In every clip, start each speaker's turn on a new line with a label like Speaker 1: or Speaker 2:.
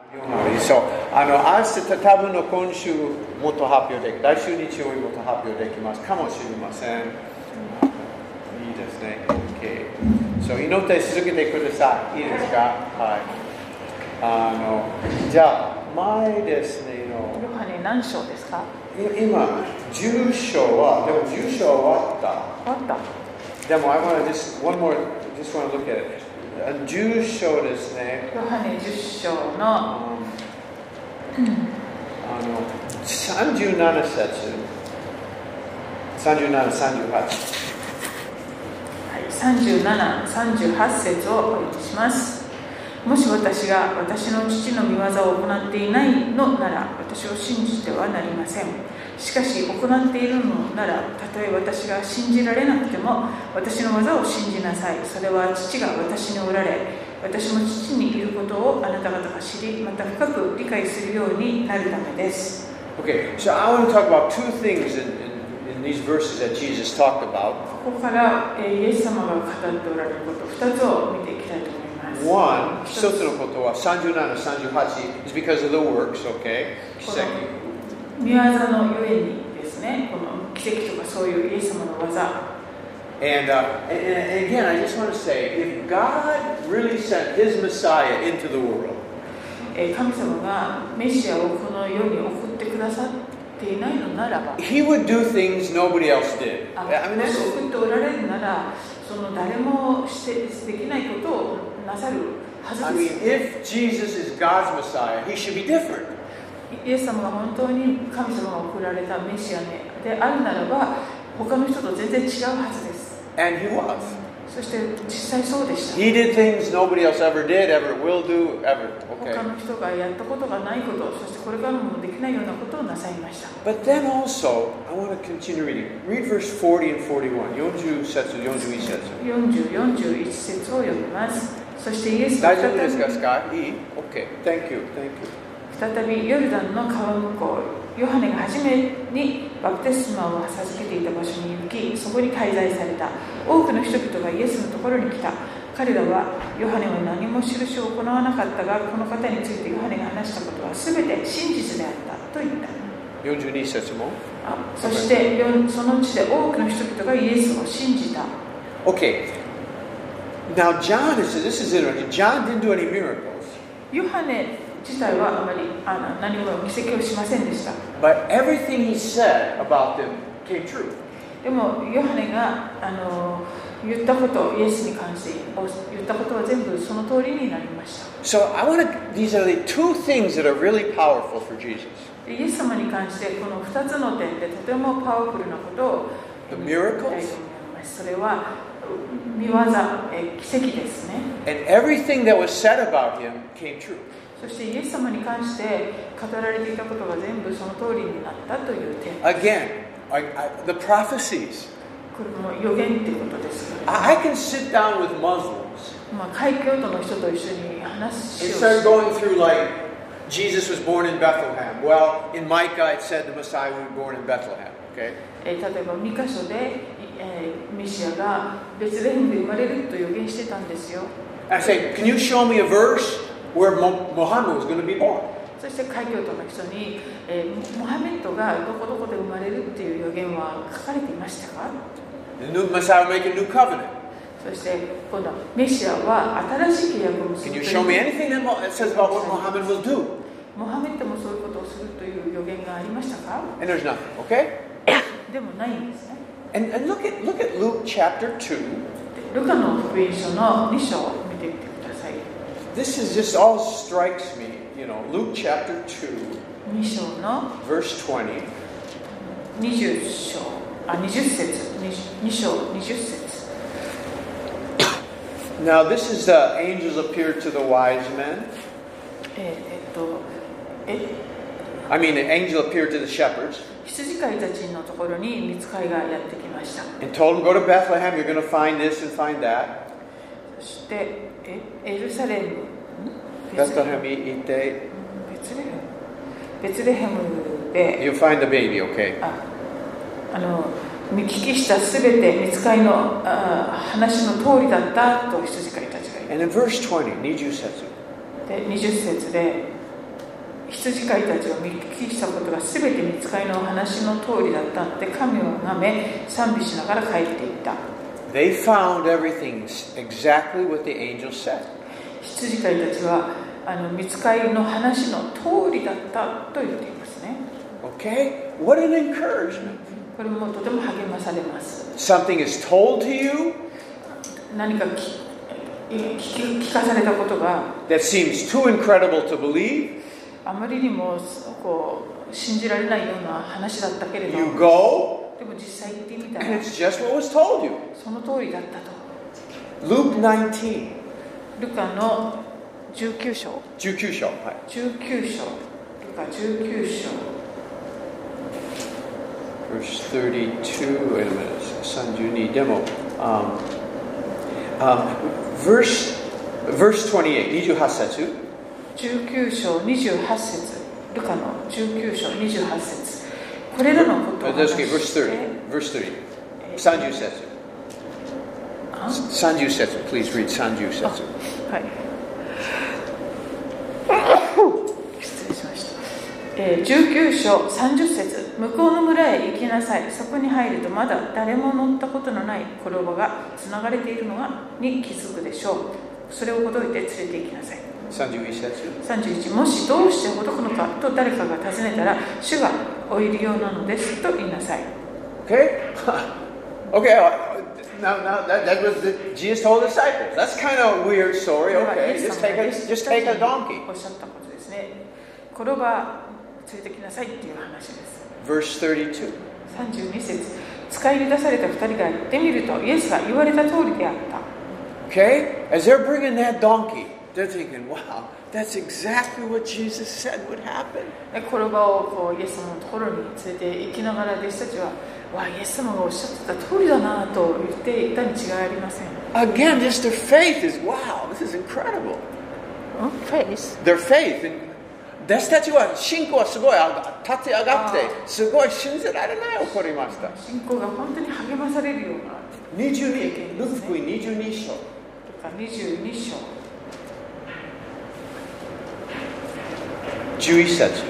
Speaker 1: 4割そうあの明日多分の今週もっと発表でき来週日曜日もっと発表できますかもしれません、いいですね OK そう祈って続けてくださいいいですかはいあのじゃあ前ですねの
Speaker 2: ヨハネ何章ですか
Speaker 1: い今10章はでも10章終わった
Speaker 2: あった
Speaker 1: でも、I want to just one more, just want to look at it. あの住所ですね。
Speaker 2: ヨハネ10章
Speaker 1: あ
Speaker 2: の
Speaker 1: のあの37節、37、38。
Speaker 2: はい3738節をお読みしますもし私が私の父の御業を行っていないのなら私を信じてはなりませんしかし行っているのならたとえ私が信じられなくても私の技を信じなさいそれは父が私におられ私も父にいることをあなた方が知りまた深く理解するようになるためです
Speaker 1: Okay, so I want to talk about two things in, in, in these verses that Jesus talked about.
Speaker 2: ここからえーイエス様が語っておられること2つを見ていきたいと思います
Speaker 1: One, 一つのことは37、38 is because of the works, okay? 奇跡。
Speaker 2: 見業のゆえにですね、この奇跡とかそういうイエス様の技、
Speaker 1: And, uh, and, and again, I just want to say, if God really sent His Messiah into the world,
Speaker 2: えー神様がメシアをこの世に送ってくださっていないのならば、
Speaker 1: He would do things nobody else did.
Speaker 2: あ
Speaker 1: I mean,
Speaker 2: も
Speaker 1: this is,
Speaker 2: し送っておられるなら、その誰もしてできないことをなさるは
Speaker 1: I
Speaker 2: ず
Speaker 1: mean,
Speaker 2: です。
Speaker 1: if Jesus is God's Messiah, he should be different.
Speaker 2: イエス様が本当に神様が送られたメシアであるならば、他の人と全然違うはずです。
Speaker 1: And he was.
Speaker 2: そして実際そうでした。
Speaker 1: He did things nobody else ever did, ever will do, ever.
Speaker 2: 他
Speaker 1: Okay.
Speaker 2: の人がやったことがないこと、そしてこれからもできないようなことをなさいました。
Speaker 1: But then also, I want to continue reading. Read verse 40 and 41. 40節41節
Speaker 2: 40、41節を読みます。そしてイエスは
Speaker 1: 大
Speaker 2: 再
Speaker 1: 丈夫
Speaker 2: び
Speaker 1: ですかスカイいい ?OK。Thank you. Thank you.
Speaker 2: 再びヨルダンの川向こう、ヨハネが初めにバプテスマを授けていた場所に行き、そこに滞在された。多くの人々がイエスのところに来た。彼らは、ヨハネは何も印を行わなかったが、この方についてヨハネが話したことは全て真実であったと言った。
Speaker 1: 42節も。
Speaker 2: あそして、よその地で多くの人々がイエスを信じた。
Speaker 1: Okay. Now, John is, this is interesting. John didn't do any miracles,
Speaker 2: ヨハネ自体はあまりあの何も奇跡をしませんでした。
Speaker 1: but everything he said about them came true.
Speaker 2: でも、ヨハネがあの言ったこと、イエスに関して言ったことは全部その通りになりました。
Speaker 1: So I want to. These are the two things that are really powerful for Jesus:
Speaker 2: でイエス様に関して、この2つの点でとてもパワフルなことを
Speaker 1: The
Speaker 2: 見ていきたいと思い
Speaker 1: miracles?
Speaker 2: ます。それは、見業、え奇跡ですね。
Speaker 1: and everything that was said about him came true.
Speaker 2: そして、イエス様に関して語られていたことが全部その通りになったという点。
Speaker 1: Again, I, I, the prophecies.
Speaker 2: これも予言ってことですよね。
Speaker 1: I, I can sit down with Muslims
Speaker 2: まあ、海峡都の人と一緒に話
Speaker 1: and
Speaker 2: を
Speaker 1: start
Speaker 2: し
Speaker 1: going through like. Jesus was born in Bethlehem. Well, in Micah it said the Messiah would be born in Bethlehem. Okay,
Speaker 2: えー例えば2箇所で、えーメシアがベツレヘムで生まれると予言してたんですよ
Speaker 1: I say, can you show me a verse where Mo- Muhammad was going to be born?
Speaker 2: そして海峡都の人に、えーモハメッドがどこどこで生まれるっていう予言は書かれていましたか
Speaker 1: The new Messiah would make a new covenant.
Speaker 2: そして今度メシアは新しい契約を結
Speaker 1: Can
Speaker 2: ぶ
Speaker 1: you
Speaker 2: と
Speaker 1: show me
Speaker 2: いう
Speaker 1: anything that Mo- that says about what Muhammad will do?
Speaker 2: モハメッドもそういうことをするという予言がありましたか
Speaker 1: And there's nothing. Okay.
Speaker 2: でもないんですね
Speaker 1: And, and look at look at Luke chapter two.
Speaker 2: でルカの福音書の2章を見てみてください
Speaker 1: This is just all strikes me, you know, Luke chapter two,
Speaker 2: 2章の
Speaker 1: verse twenty.
Speaker 2: 20章あ20節 2, 2章20節
Speaker 1: Now this is the angels appeared to the wise men.
Speaker 2: えーえっとえ
Speaker 1: I mean, an angel appeared to the shepherds
Speaker 2: 羊飼いたちのところに見つかいがやってきました
Speaker 1: and told them, "Go to Bethlehem. You're going to find this and find that."
Speaker 2: そしてえエルサレムんベツレヘ
Speaker 1: Bethlehem,
Speaker 2: ム
Speaker 1: eat day.
Speaker 2: ベツレヘムベツレヘムで
Speaker 1: You'll find the baby. Okay.
Speaker 2: ああの見聞きしたすべて見つかいのあ話の通りだったと羊飼いたちが言
Speaker 1: And
Speaker 2: っ
Speaker 1: in verse twenty, Niju says,
Speaker 2: て20節で羊飼いたちを見聞きしたことが全て見つかりのお話の通りだったので神を拝め賛美しながら帰っていった
Speaker 1: They found everything s- exactly what the angel said.
Speaker 2: 羊飼いたちはあの見つかりの話の通りだったと言っていますね
Speaker 1: Okay? What an encouragement.
Speaker 2: これもとても励まされます
Speaker 1: Something is told to you
Speaker 2: 何かき聞き聞かされたことが
Speaker 1: that seems too incredible to believe.
Speaker 2: あまりにもこう信じられないような話だったけれど
Speaker 1: You go,
Speaker 2: でも実際行ってみた
Speaker 1: and
Speaker 2: ら
Speaker 1: it's just what was told you.
Speaker 2: その通りだったと
Speaker 1: Luke 19.
Speaker 2: ルカの19章
Speaker 1: 19章。はい。
Speaker 2: 19章ルカ19章
Speaker 1: Verse 32, wait a minute, 32でも、um, um, verse, verse 28, 28節。
Speaker 2: 19章28節ルカの19章28節これらのことを
Speaker 1: Uh,
Speaker 2: 話
Speaker 1: that's okay,
Speaker 2: し
Speaker 1: verse
Speaker 2: て
Speaker 1: 30, verse 30,
Speaker 2: えー
Speaker 1: 30節。
Speaker 2: あ
Speaker 1: 30節、please read 30節。
Speaker 2: はい。失礼しました。えー19章30節向こうの村へ行きなさい。そこに入るとまだ誰も乗ったことのない衣がつながれているのがに気づくでしょう。それをほどいて連れて行きなさい。
Speaker 1: 31節。
Speaker 2: 31もしどうしてほどくのかと誰かが尋ねたら主がおいるようなのですと言いなさい。
Speaker 1: Okay? okay, uh, now, now that, that was the, Jesus told the disciples. That's kind of a weird story,
Speaker 2: これは
Speaker 1: okay?
Speaker 2: イエ
Speaker 1: Just
Speaker 2: ス様
Speaker 1: take
Speaker 2: が
Speaker 1: a,
Speaker 2: 弟子たち
Speaker 1: just take a
Speaker 2: に
Speaker 1: donkey.
Speaker 2: おっしゃったことですね。衣が連れてきなさいっていう話です。
Speaker 1: Verse 32.
Speaker 2: 32節使い出された2人が行ってみるとイエスが言われた通りであった
Speaker 1: Okay? As they're bringing that donkey, they're thinking, wow, that's exactly what Jesus said would happen.
Speaker 2: で転ばをこうイエス様のところに連れて行きながら弟子たちは「わあイエス様がおっしゃってた通りだな」と言っていたに違いありません
Speaker 1: Again, just their faith is, wow, this is incredible.
Speaker 2: フェイス
Speaker 1: Their faith. In, 弟子たちは信仰はすごい上がってすごい信じられない起こりました。
Speaker 2: 信仰が本当に励まされるような
Speaker 1: 22ルク福音22章
Speaker 2: とか22章
Speaker 1: 11節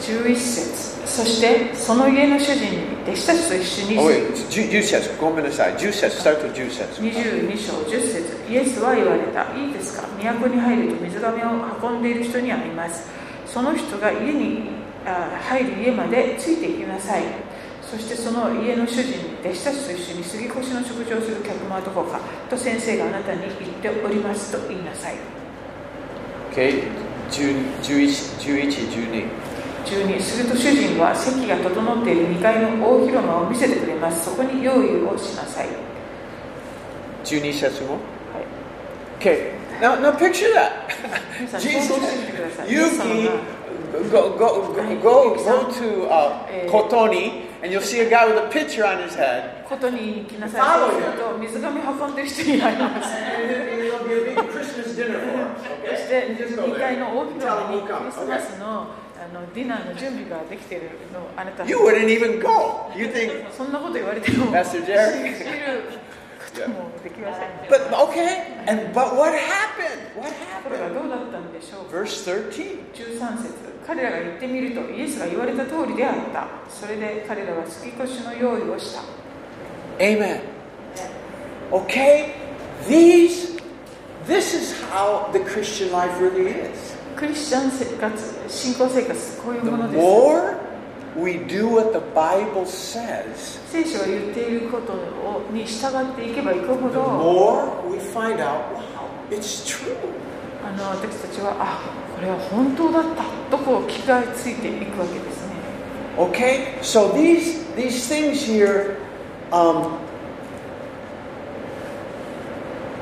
Speaker 2: 11節そしてその家の主人に弟子たちと一緒に
Speaker 1: Oh, wait, 10, 10節ごめんなさい10節 start with 10節
Speaker 2: 22章10節イエスは言われたいいですか都に入ると水がめを運んでいる人に会いますその人が家にあ入る家までついていきなさいそしてその家の主人に弟子たちと一緒に杉越の食事をする客もどこかと先生があなたに言っておりますと言いなさい
Speaker 1: OK 10 11 11
Speaker 2: 12すると主人は席が整っている2階の大広間を見せてくれますそこに用意をしなさい、はい、
Speaker 1: 12 12節も OK now, now picture that
Speaker 2: 皆さん想像
Speaker 1: Jesus
Speaker 2: してみてくださいイエス様が
Speaker 1: Yuki go, go, go, go, go to uh,
Speaker 2: えー
Speaker 1: Kotoni and you'll see a guy with a picture on his head
Speaker 2: ことに行きなさいそうすると水がめ運んでる人に会います
Speaker 1: and it'll be a big Christmas dinner for us
Speaker 2: そして2階の大広間にクリスマスのあのディナーの準備ができているのをあなた
Speaker 1: You wouldn't even go. You think,
Speaker 2: そんなこと言われても知る
Speaker 1: Pastor Jerry?
Speaker 2: こともできません
Speaker 1: But okay, and but what happened? What
Speaker 2: これが
Speaker 1: happened?
Speaker 2: どうだったんでしょうか
Speaker 1: Verse 13.
Speaker 2: 13節彼らが言ってみるとイエスが言われた通りであったそれで彼らは月越しの用意をした
Speaker 1: Amen. Okay? These this is how the Christian life really is.
Speaker 2: クリスチャン生活信仰生活こういう
Speaker 1: The
Speaker 2: ものです
Speaker 1: more we do what the Bible says,
Speaker 2: 聖書が言っていることをに従っていけばいくほ
Speaker 1: the
Speaker 2: ど
Speaker 1: more we find out, wow, it's true.
Speaker 2: あの私たちはあこれは本当だったとこう気がついていくわけですね
Speaker 1: Okay? So these these things here um,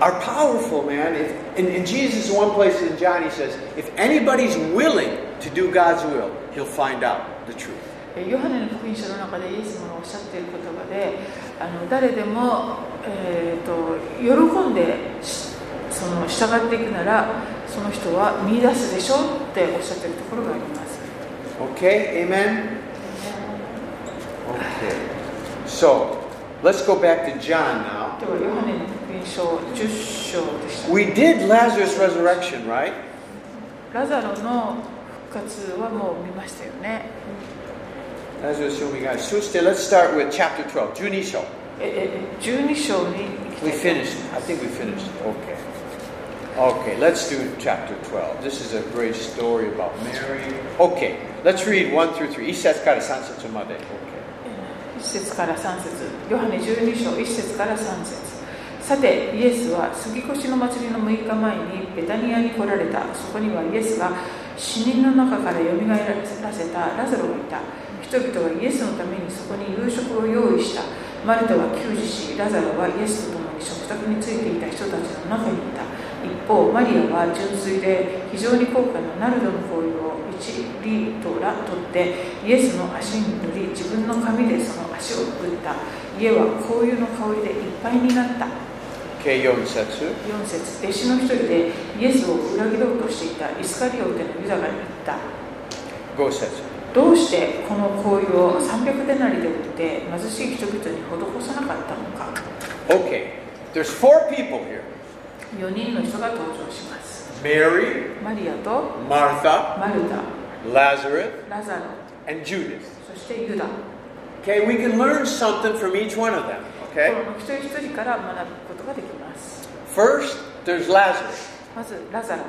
Speaker 1: are powerful, man. If, in, in Jesus, one place in John, he says, if anybody's willing to do God's will, he'll find out the truth.
Speaker 2: えヨハネの福音書の中でイエス様がおっしゃっている言葉であの誰でも、えーと喜んでしその従っていくならその人は見出すでしょうっておっしゃっているところがあります
Speaker 1: Okay? Amen? Okay. So, let's go back to John now.
Speaker 2: ではヨハネの福音書10章でした
Speaker 1: We did Lazarus' resurrection, right?
Speaker 2: ラザロの復活はもう見ましたよね。
Speaker 1: So still, let's start with chapter 12, 12章。
Speaker 2: ええ12章に行
Speaker 1: We
Speaker 2: きたいと思い
Speaker 1: finished.
Speaker 2: ま
Speaker 1: I
Speaker 2: す
Speaker 1: think we finished. Okay. Okay, let's do chapter 12. This is a great story about Mary. Okay, let's read 1 through 3. 1節から3節まで。Okay.
Speaker 2: 1節から3節ヨハネ12章1節から3節さてイエスは杉越の祭りの6日前にベタニアに来られたそこにはイエスが死人の中からよみがえらせたラザロがいた人々がイエスのためにそこに夕食を用意したマルタは給仕しラザロはイエスと共に食卓についていた人たちの中にいた一方マリアは純粋で非常に高価なナルドの香油を1リートラ取ってイエスの足に塗り自分の髪でその足をくった家は香油の香りでいっぱいになった
Speaker 1: Okay, 4節。
Speaker 2: 4節弟子の一人でイエスを裏切ろうとしていたイスカリオテのユダが言った
Speaker 1: 5節。
Speaker 2: どうしてこの香油を300デナリで売って貧しい人々に施さなかったのか
Speaker 1: Okay, there's four people here
Speaker 2: 4人の人が登場します
Speaker 1: Mary,
Speaker 2: マリアと
Speaker 1: Martha,
Speaker 2: マルタ
Speaker 1: Lazarus,
Speaker 2: ラザロ
Speaker 1: and Judas.
Speaker 2: そしてユダ
Speaker 1: Okay, we can learn something from each one of them.
Speaker 2: こ
Speaker 1: Okay?
Speaker 2: の一人一人から学ぶことができます
Speaker 1: First, there's Lazarus.
Speaker 2: まずラザロ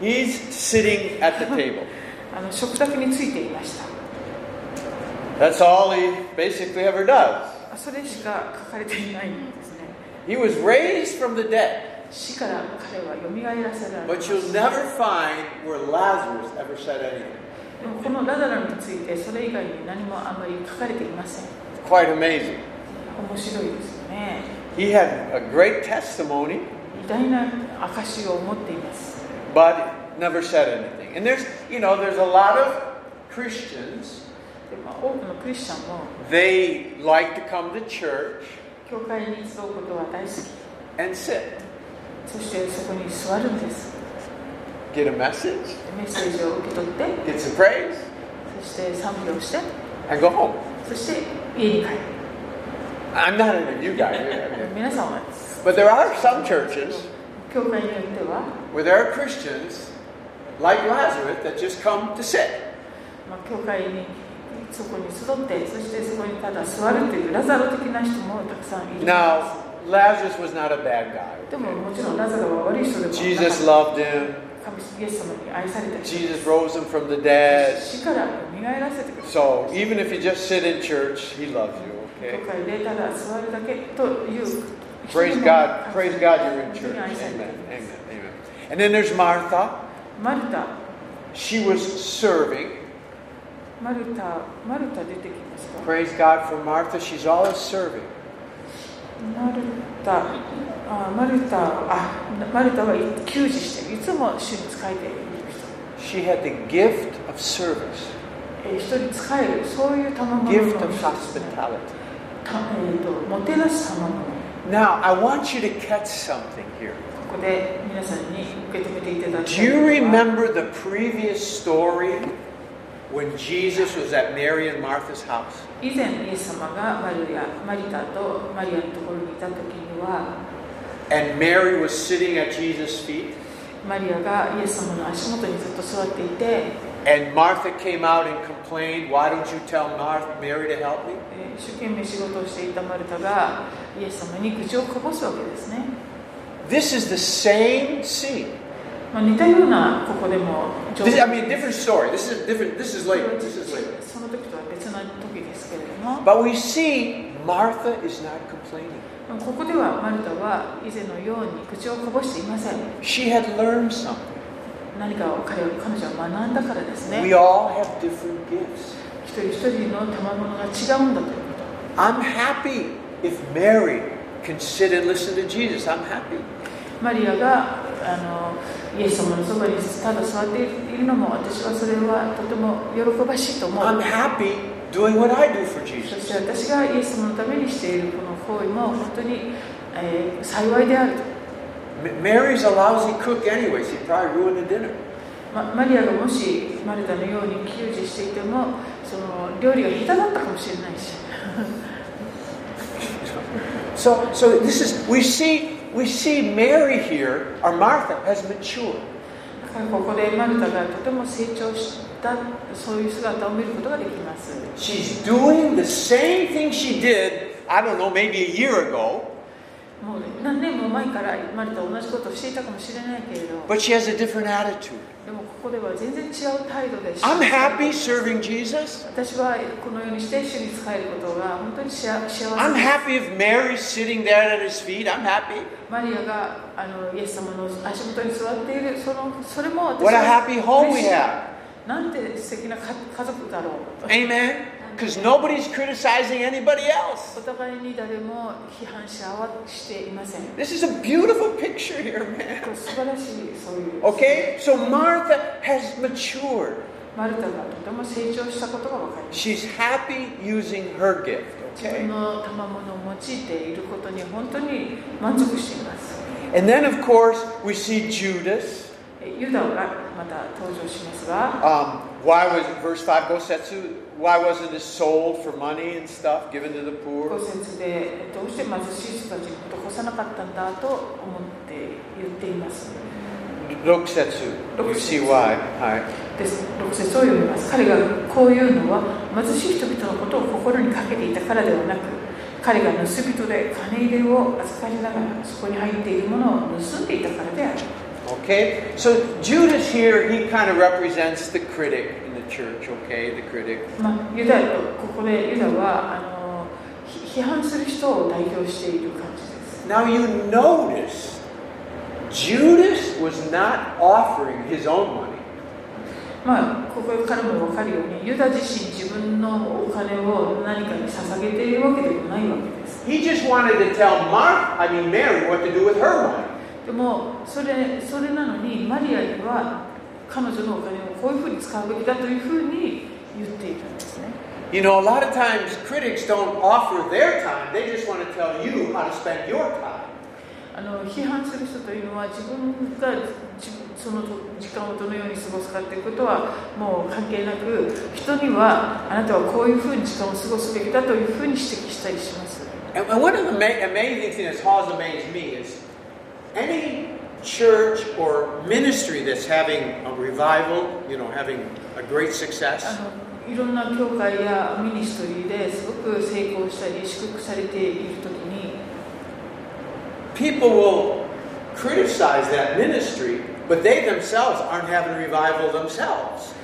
Speaker 1: He's sitting at the table.
Speaker 2: あの食卓についていました
Speaker 1: That's all he basically ever does.
Speaker 2: あそれしか書かれていないんですね
Speaker 1: He was raised from the dead,
Speaker 2: 死から彼はよみがえらせられま
Speaker 1: but
Speaker 2: す
Speaker 1: you'll never find where Lazarus ever said anything.
Speaker 2: でもこのラザロについてそれ以外に何もあまり書かれていません
Speaker 1: Quite amazing.
Speaker 2: 面白いですよね
Speaker 1: He had a great testimony,
Speaker 2: 偉大な証を持っています
Speaker 1: but never said anything. And there's, you know, there's a lot of Christians,
Speaker 2: で、まあ、多くのクリスチャンも
Speaker 1: they like to come to church
Speaker 2: 教会に集うことは大好き
Speaker 1: and sit,
Speaker 2: そしてそこに座るんです
Speaker 1: get a message,
Speaker 2: でメッセージを受け取って
Speaker 1: get some praise,
Speaker 2: そして賛美をして
Speaker 1: and go home.
Speaker 2: そして家に帰る
Speaker 1: I'm not an you guy. I mean,
Speaker 2: 皆さんは
Speaker 1: But there are some churches
Speaker 2: 教会によっては、
Speaker 1: where there are Christians like Lazarus that just come to sit.
Speaker 2: まあ、教会にそこに集ってそしてそこにただ座るというラザロ的な人もたくさんいるんです
Speaker 1: Now, Lazarus was not a bad
Speaker 2: で
Speaker 1: guy.
Speaker 2: ももちろんラザロは悪い人でもなかった
Speaker 1: Jesus loved him.
Speaker 2: 神イエス様に愛された人
Speaker 1: Jesus rose him from the dead.
Speaker 2: 死からよみがえらせてくれた
Speaker 1: So even if you just sit in church, he loves you.
Speaker 2: 教
Speaker 1: Okay.
Speaker 2: 会でただ座るだけという
Speaker 1: Praise
Speaker 2: 人も
Speaker 1: God. Praise God. You're in
Speaker 2: 神
Speaker 1: church.
Speaker 2: に愛さ
Speaker 1: Amen.
Speaker 2: れています
Speaker 1: Amen. Amen. And then there's Martha.
Speaker 2: マルタ
Speaker 1: She was serving.
Speaker 2: マルタマルタ出てきますか
Speaker 1: Praise God for Martha. She's always serving.
Speaker 2: マルタあマルタあマルタは給仕していつも主に仕えている人
Speaker 1: She had the gift of service,
Speaker 2: えー人に仕えるそういう賜物
Speaker 1: gift
Speaker 2: た
Speaker 1: of hospitality.
Speaker 2: えーともてなす賜物こ
Speaker 1: Now I want you to catch something here.
Speaker 2: こで皆さんに受け止めていただき
Speaker 1: Do
Speaker 2: たい
Speaker 1: you
Speaker 2: ことは
Speaker 1: remember the previous story when Jesus was at Mary and Martha's house?
Speaker 2: 以前イエス様がマリアマリタとマリアのところにいた時には
Speaker 1: And Mary was sitting at Jesus' feet,
Speaker 2: マリアがイエス様の足元にずっと座っていて、
Speaker 1: and Martha came out and complained, Why don't you tell Mar- Mary to help me?
Speaker 2: えー一生懸命仕事をしていたマルタがイエス様に愚痴をこぼすわけですね、
Speaker 1: This is the same scene.
Speaker 2: まあ、似たようなここでも
Speaker 1: This, I mean, different story. This is different. This is later. This is later.
Speaker 2: その時とは別な時ですけれども
Speaker 1: But we see Martha is not complaining.
Speaker 2: ここではマルタは以前のように口をこぼしていません
Speaker 1: She had learned something.
Speaker 2: 何かを彼は彼女は学んだからですね
Speaker 1: We all have different gifts.
Speaker 2: 一人一人の賜物が違うんだというこ
Speaker 1: I'm happy if Mary can sit and listen to Jesus. I'm happy.
Speaker 2: とマリアがあのイエス様のそばにただ座っているのも私はそれはとても喜ばしいと思
Speaker 1: I'm
Speaker 2: う
Speaker 1: happy doing what I do for
Speaker 2: そ
Speaker 1: Jesus.
Speaker 2: して私がイエス様のためにしているこの行為も本当に、えー幸いであると、
Speaker 1: M- Mary's a lousy cook, anyways. She probably ruined the dinner.
Speaker 2: まマリアがもしマルタのように給仕していてもその料理が下手だったかもしれないし
Speaker 1: So, so this is we see we see Mary here, or Martha has matured.
Speaker 2: だここでマルタがとても成長したそういう姿を見ることができます
Speaker 1: She's doing the same thing she did, I don't know, maybe a year ago,
Speaker 2: もう何年も前からマルタは同じことをしていたかもしれないけれど
Speaker 1: but she has a different attitude.
Speaker 2: でもここでは全然違う態度で
Speaker 1: I'm happy serving Jesus.
Speaker 2: 私はこのようにして主に仕えることが本当に幸幸せ
Speaker 1: I'm
Speaker 2: です
Speaker 1: happy if Mary's sitting there at his feet. I'm happy.
Speaker 2: マリアがあのイエス様の足元に座っているそのそれも
Speaker 1: What a happy home we
Speaker 2: 嬉しい
Speaker 1: have.
Speaker 2: なんて素敵な家家族だろう
Speaker 1: Amen. Because nobody's criticizing anybody else.
Speaker 2: お互いに誰も批判し合わしていません
Speaker 1: This is a beautiful picture here, man.
Speaker 2: これ素晴らしいそういう
Speaker 1: Okay? So Martha has matured.
Speaker 2: マルタがとても成長したことが分かります
Speaker 1: She's happy using her gift.
Speaker 2: 自
Speaker 1: Okay?
Speaker 2: 分の賜物を用いていることに本当に満足しています
Speaker 1: And then, of course, we see Judas.
Speaker 2: えユダがまた登場しますが
Speaker 1: Um, why was verse five Gosetsu? Why wasn't it sold for money and stuff given to the
Speaker 2: 五
Speaker 1: poor?
Speaker 2: 節でどうして貧しい人たちに施さなかったんだと思って言っています
Speaker 1: Loksetsu. You see
Speaker 2: Roksetsu.
Speaker 1: why? Hi.
Speaker 2: です6節を読みます彼がこういうのは貧しい人々のことを心にかけていたからではなく彼が盗人で金入れを扱いながらそこに入っているものを盗んでいたからである
Speaker 1: Okay. So Judas here, he kind of represents the critic in the church. Okay, the critic.
Speaker 2: まあ、ユダここでユダはあのひ批判する人を代表している感じです
Speaker 1: Now you notice, Judas was not offering his own money.
Speaker 2: まあここからも分かるようにユダ自身自分のお金を何かに捧げているわけでもないわけです
Speaker 1: He just wanted to tell Mark, I mean Mary, what to do with her money.
Speaker 2: でもそれそれなのにマリアには彼女のお金をこういうふうに使うべきだというふうに言っていたんですね
Speaker 1: You know, a lot of times critics don't offer their time. They just want to tell you how to spend your time.
Speaker 2: あの批判する人というのは自分が自その時間をどのように過ごすかということはもう関係なく人にはあなたはこういうふうに時間を過ごすべきだというふうに指摘したりします
Speaker 1: And and one of the ma- amazing things that always amazed me is any church or ministry that's having a revival, you know, having a great
Speaker 2: あ
Speaker 1: success,
Speaker 2: のいろんな教会やミニストリーですごく成功したり祝福されている時に
Speaker 1: people will criticize that ministry, but they themselves aren't having revival themselves.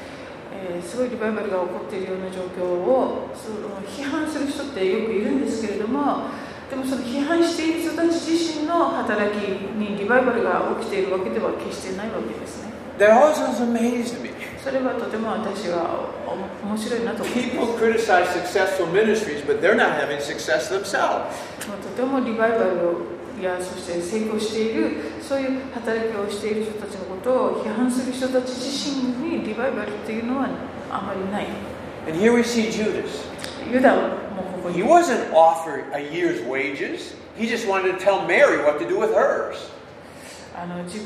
Speaker 2: えーすごいリバイバルが起こっているような状況をその批判する人ってよくいるんですけれどもでもその批判している人たち自身の働きにリバイバルが起きているわけでは決してないわけですね
Speaker 1: That always has amazed me.
Speaker 2: それはとても私はお面白いなと思います
Speaker 1: People criticize successful ministries, but they're not having success themselves.
Speaker 2: まあとてもリバイバルやそして成功しているそういう働きをしている人たちのことを批判する人たち自身にリバイバルっていうのはあまりない
Speaker 1: And here we see Judas.
Speaker 2: ユダもここ
Speaker 1: He
Speaker 2: に
Speaker 1: wasn't offered a year's wages. He just wanted to tell Mary what to do with hers.
Speaker 2: あの自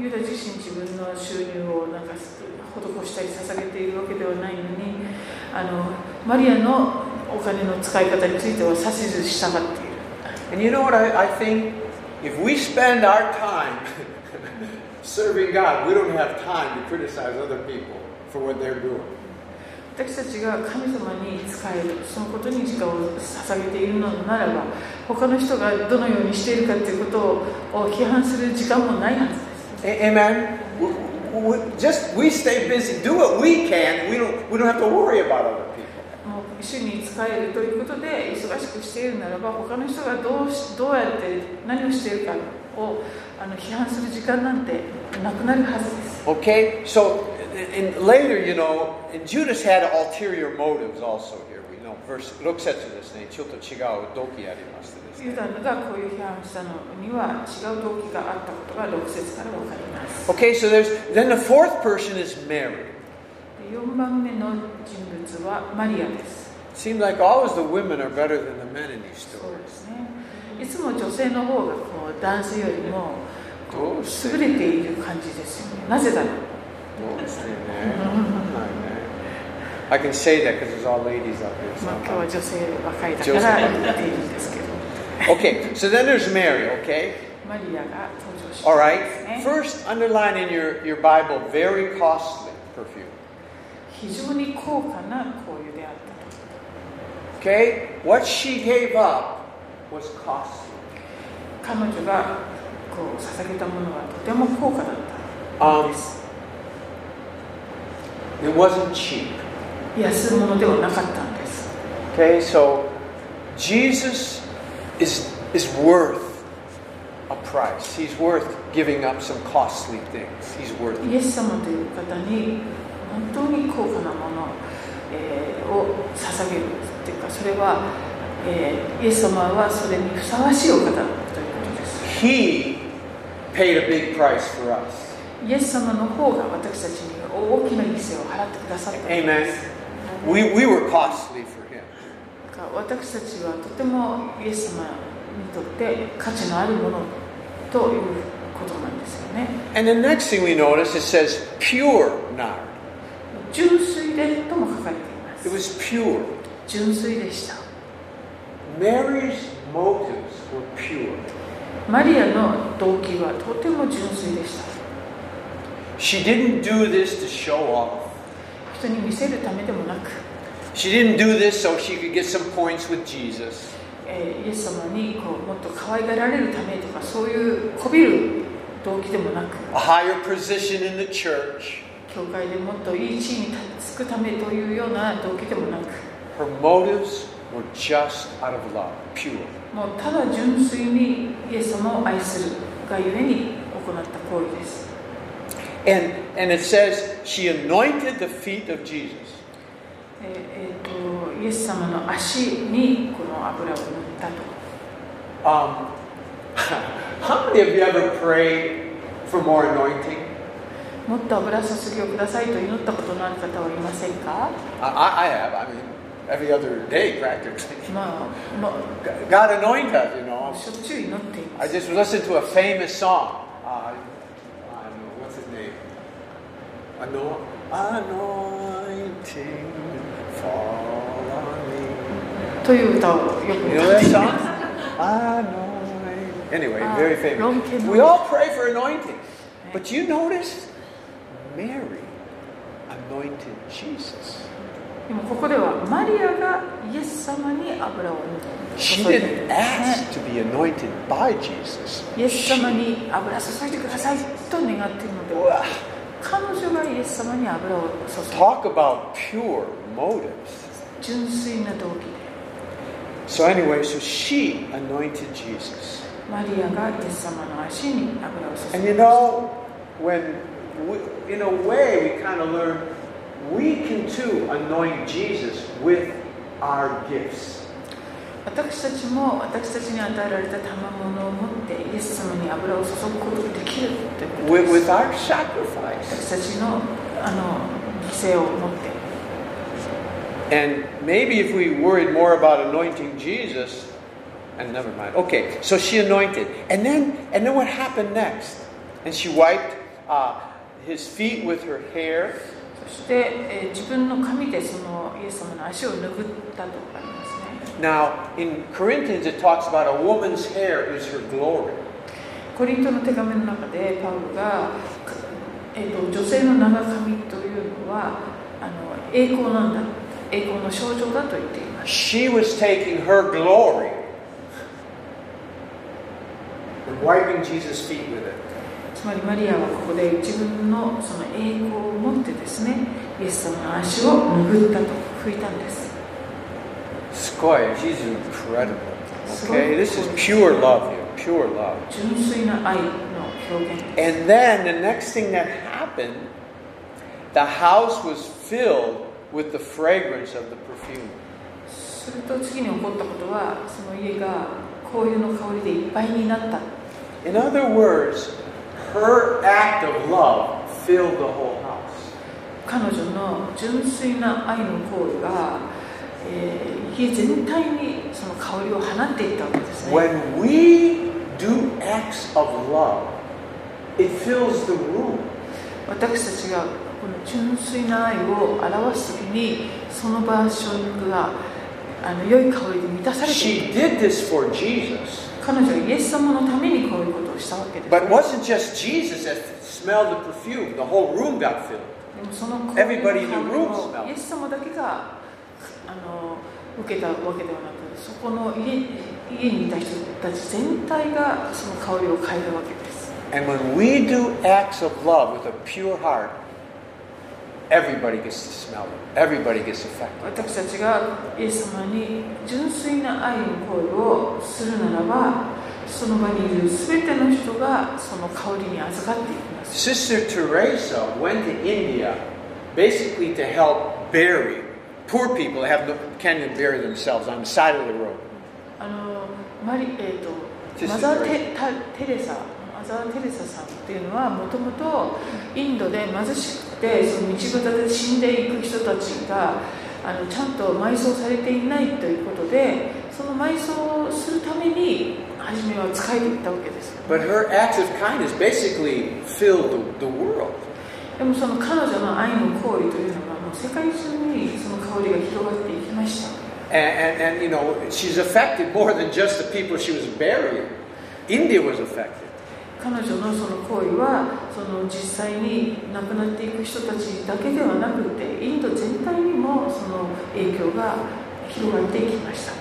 Speaker 2: ユダ自身自分の収入をなんか施したり捧げているわけではないのにあのマリアのお金の使い方については指図従っている
Speaker 1: And you know what I, I think? If we spend our time serving God, we don't have time to criticize other people for what they're doing.
Speaker 2: 私たちが神様に仕えるそのことに時間を捧げているのならば他の人がどのようにしているかということをを批判する時間もないはずです
Speaker 1: A- amen. W- w- w- Just we stay busy, do what we can. We don't. We don't have to worry about other people.
Speaker 2: もう主に仕えるということで忙しくしているならば他の人がどうしどうやって何をしているかをあの批判する時間なんてなくなるはずです
Speaker 1: Okay. So, and and later, you know, and Judas had ulterior motives also. Here we know verse looks at this name.
Speaker 2: ユダがこういう批判をしたのには違う動機があったことが6節から分かります
Speaker 1: Okay. So there's then the fourth person is Mary.
Speaker 2: 4番目の人物はマリアです
Speaker 1: Seems like always the women are better than the men in these
Speaker 2: そうで
Speaker 1: stories.
Speaker 2: すねいつも女性の方がこう男性よりも
Speaker 1: どうして
Speaker 2: 優れている感じですよねなぜだろう
Speaker 1: I can say that because there's all ladies up here.
Speaker 2: まあ今日
Speaker 1: so-
Speaker 2: は女性ばかりだから言っているんですけど
Speaker 1: Okay, so then there's Mary, okay?
Speaker 2: マリアが登場し
Speaker 1: All
Speaker 2: ましたね
Speaker 1: right. First, underline in your, your Bible very costly perfume.
Speaker 2: 非常に高価な香油であったと
Speaker 1: Okay? What she gave up was costly.
Speaker 2: 彼女がこう捧げたものはとても高価だったん
Speaker 1: Um,
Speaker 2: です
Speaker 1: it wasn't cheap.
Speaker 2: 安物ではなかったんです
Speaker 1: Okay? So, Jesus is, is worth a price. He's worth giving up some costly things. He's worth it.
Speaker 2: イエス様という方に本当に高価なもの、えーを捧げるっていうかそれは、えーイエス様はそれにふさわしいお方だということです
Speaker 1: He paid a big price for us.
Speaker 2: イエス様の方が私たちに大きな犠牲を払ってくださったんです
Speaker 1: We, we were costly for him.
Speaker 2: だから私たちはとてもイエス様にとって価値のあるものということなんですよね
Speaker 1: And the next thing we notice, it says pure nard.
Speaker 2: 純粋でとも書かれていま
Speaker 1: It
Speaker 2: す
Speaker 1: was pure.
Speaker 2: 純粋でした
Speaker 1: Mary's motives were pure.
Speaker 2: マリアの動機はとても純粋でした
Speaker 1: She didn't do this to show off.
Speaker 2: 人に見せるためでもなく、
Speaker 1: She didn't do this so she could get some points with Jesus.
Speaker 2: えーイエス様にこうもっと可愛がられるためとかそういうこびる動機でもなく
Speaker 1: A higher position in the church.
Speaker 2: 教会でもっといい地位につくためというような動機でもなく
Speaker 1: Her motives were just out of love, pure.
Speaker 2: もうただ純粋にイエス様を愛するがゆえに行った行為です
Speaker 1: And, and it says she anointed the feet of Jesus.
Speaker 2: でえーとイエス様の足にこの油を塗ったと
Speaker 1: Um, how many of you ever prayed for more anointing?
Speaker 2: もっと油注ぎをくださいと祈ったことのある方はいませんか
Speaker 1: I- I, I have. I mean, every other day practically.
Speaker 2: まあの
Speaker 1: God anoint us, you know.
Speaker 2: しょっちゅう祈っていま
Speaker 1: I
Speaker 2: す
Speaker 1: just listened to a famous song. Uh, I don't know, what's his name? Ano- Anointing fall on me.
Speaker 2: という歌をよく
Speaker 1: You
Speaker 2: 歌
Speaker 1: know
Speaker 2: っ
Speaker 1: that
Speaker 2: てい
Speaker 1: song?
Speaker 2: ます
Speaker 1: Anointing. Anyway, very
Speaker 2: Ah, Ron
Speaker 1: famous.
Speaker 2: Kidman.
Speaker 1: We all pray for anointing. But you notice Mary anointed Jesus.
Speaker 2: でもここではマリアがイエス様に油を
Speaker 1: She
Speaker 2: 注いでいる
Speaker 1: didn't
Speaker 2: んです
Speaker 1: ask
Speaker 2: ね
Speaker 1: to be anointed by Jesus.
Speaker 2: イエス
Speaker 1: She-
Speaker 2: 様に油注いでくださいと願っているので
Speaker 1: Wow.
Speaker 2: 彼女がイエス様に油を注いだ
Speaker 1: Talk about pure motives.
Speaker 2: 純粋な動機で
Speaker 1: So anyway, so she anointed Jesus.
Speaker 2: マリアがイエス様の足に油を注い
Speaker 1: And
Speaker 2: で
Speaker 1: you know, when we, in a way we kind of learn we can too anoint Jesus with our gifts.
Speaker 2: 私たちも私たちに与えられた賜物を持ってイエス様に油を注ぐことができるということで
Speaker 1: With,
Speaker 2: す
Speaker 1: with our sacrifice.
Speaker 2: 私たちのあの犠牲を持って
Speaker 1: And maybe if we worried more about anointing Jesus, and never mind. Okay, so she anointed, and then and then what happened next? And she wiped uh, his feet with her hair.
Speaker 2: そして、えー自分の髪でそのイエス様の足を拭ったとありますね。
Speaker 1: Now in Corinthians it talks about a woman's hair is her glory.
Speaker 2: コリントの手紙の中でパウルが、かえー、と女性の長髪というのはあの栄光なんだ栄光の象徴だと言っています
Speaker 1: She was taking her glory and wiping Jesus' feet with it.
Speaker 2: つまりマリアはここで自分のその栄光を持ってですねイエス様の足を拭ったと拭いたんです
Speaker 1: Skoy, she's incredible.
Speaker 2: So
Speaker 1: Okay, this is
Speaker 2: cool.
Speaker 1: pure love here, pure love.
Speaker 2: 純粋な愛の表現
Speaker 1: And then the next thing that happened, the house was filled with the fragrance of the perfume.
Speaker 2: すると次に起こったことはその家が香油の香りでいっぱいになった
Speaker 1: In other words, her act of love filled the whole house.
Speaker 2: 彼女の純粋な愛の行為が、えー家全体にその香りを放っていったわけですね
Speaker 1: When we do acts of love, it fills the room.
Speaker 2: 私たちがこの純粋な愛を表す時にその場所があの良い香りで満たされている
Speaker 1: She did this for Jesus.
Speaker 2: 彼彼女はイエス様のためにこういうことをしたわけです
Speaker 1: But it wasn't just Jesus that smelled the perfume, the whole room got filled.
Speaker 2: でもその
Speaker 1: Everybody in the
Speaker 2: 香り
Speaker 1: room smelled.
Speaker 2: をイエス様だけがあの受けたわけではなくそこの家家にいた人たち全体がその香りを嗅いだわけです
Speaker 1: And when we do acts of love with a pure heart, everybody gets to smell it. Everybody gets affected.
Speaker 2: 私たちがイエス様に純粋な愛の行為をするならばその場にいる全ての人がその香りに預かっていきます
Speaker 1: Sister Teresa went to India basically to help bury poor people that have no, can't bury themselves on the side of the road.
Speaker 2: あのマリ、えー、と
Speaker 1: システ
Speaker 2: マ
Speaker 1: ム
Speaker 2: ザーテタテレサマザー・テレサさんっていうのはもともとインドで貧しくてその道端で死んでいく人たちがあのちゃんと埋葬されていないということでその埋葬をするために初めは仕えていったわけです
Speaker 1: But her acts of kindness basically filled the, the world.
Speaker 2: でもその彼女の愛の行為というのはもう世界中にその香りが広がっていきました
Speaker 1: And, and, and you know, she's affected more than just the people she was burying. India was affected.
Speaker 2: 彼女のその行為はその実際に亡くなっていく人たちだけではなくてインド全体にもその影響が広がっていきました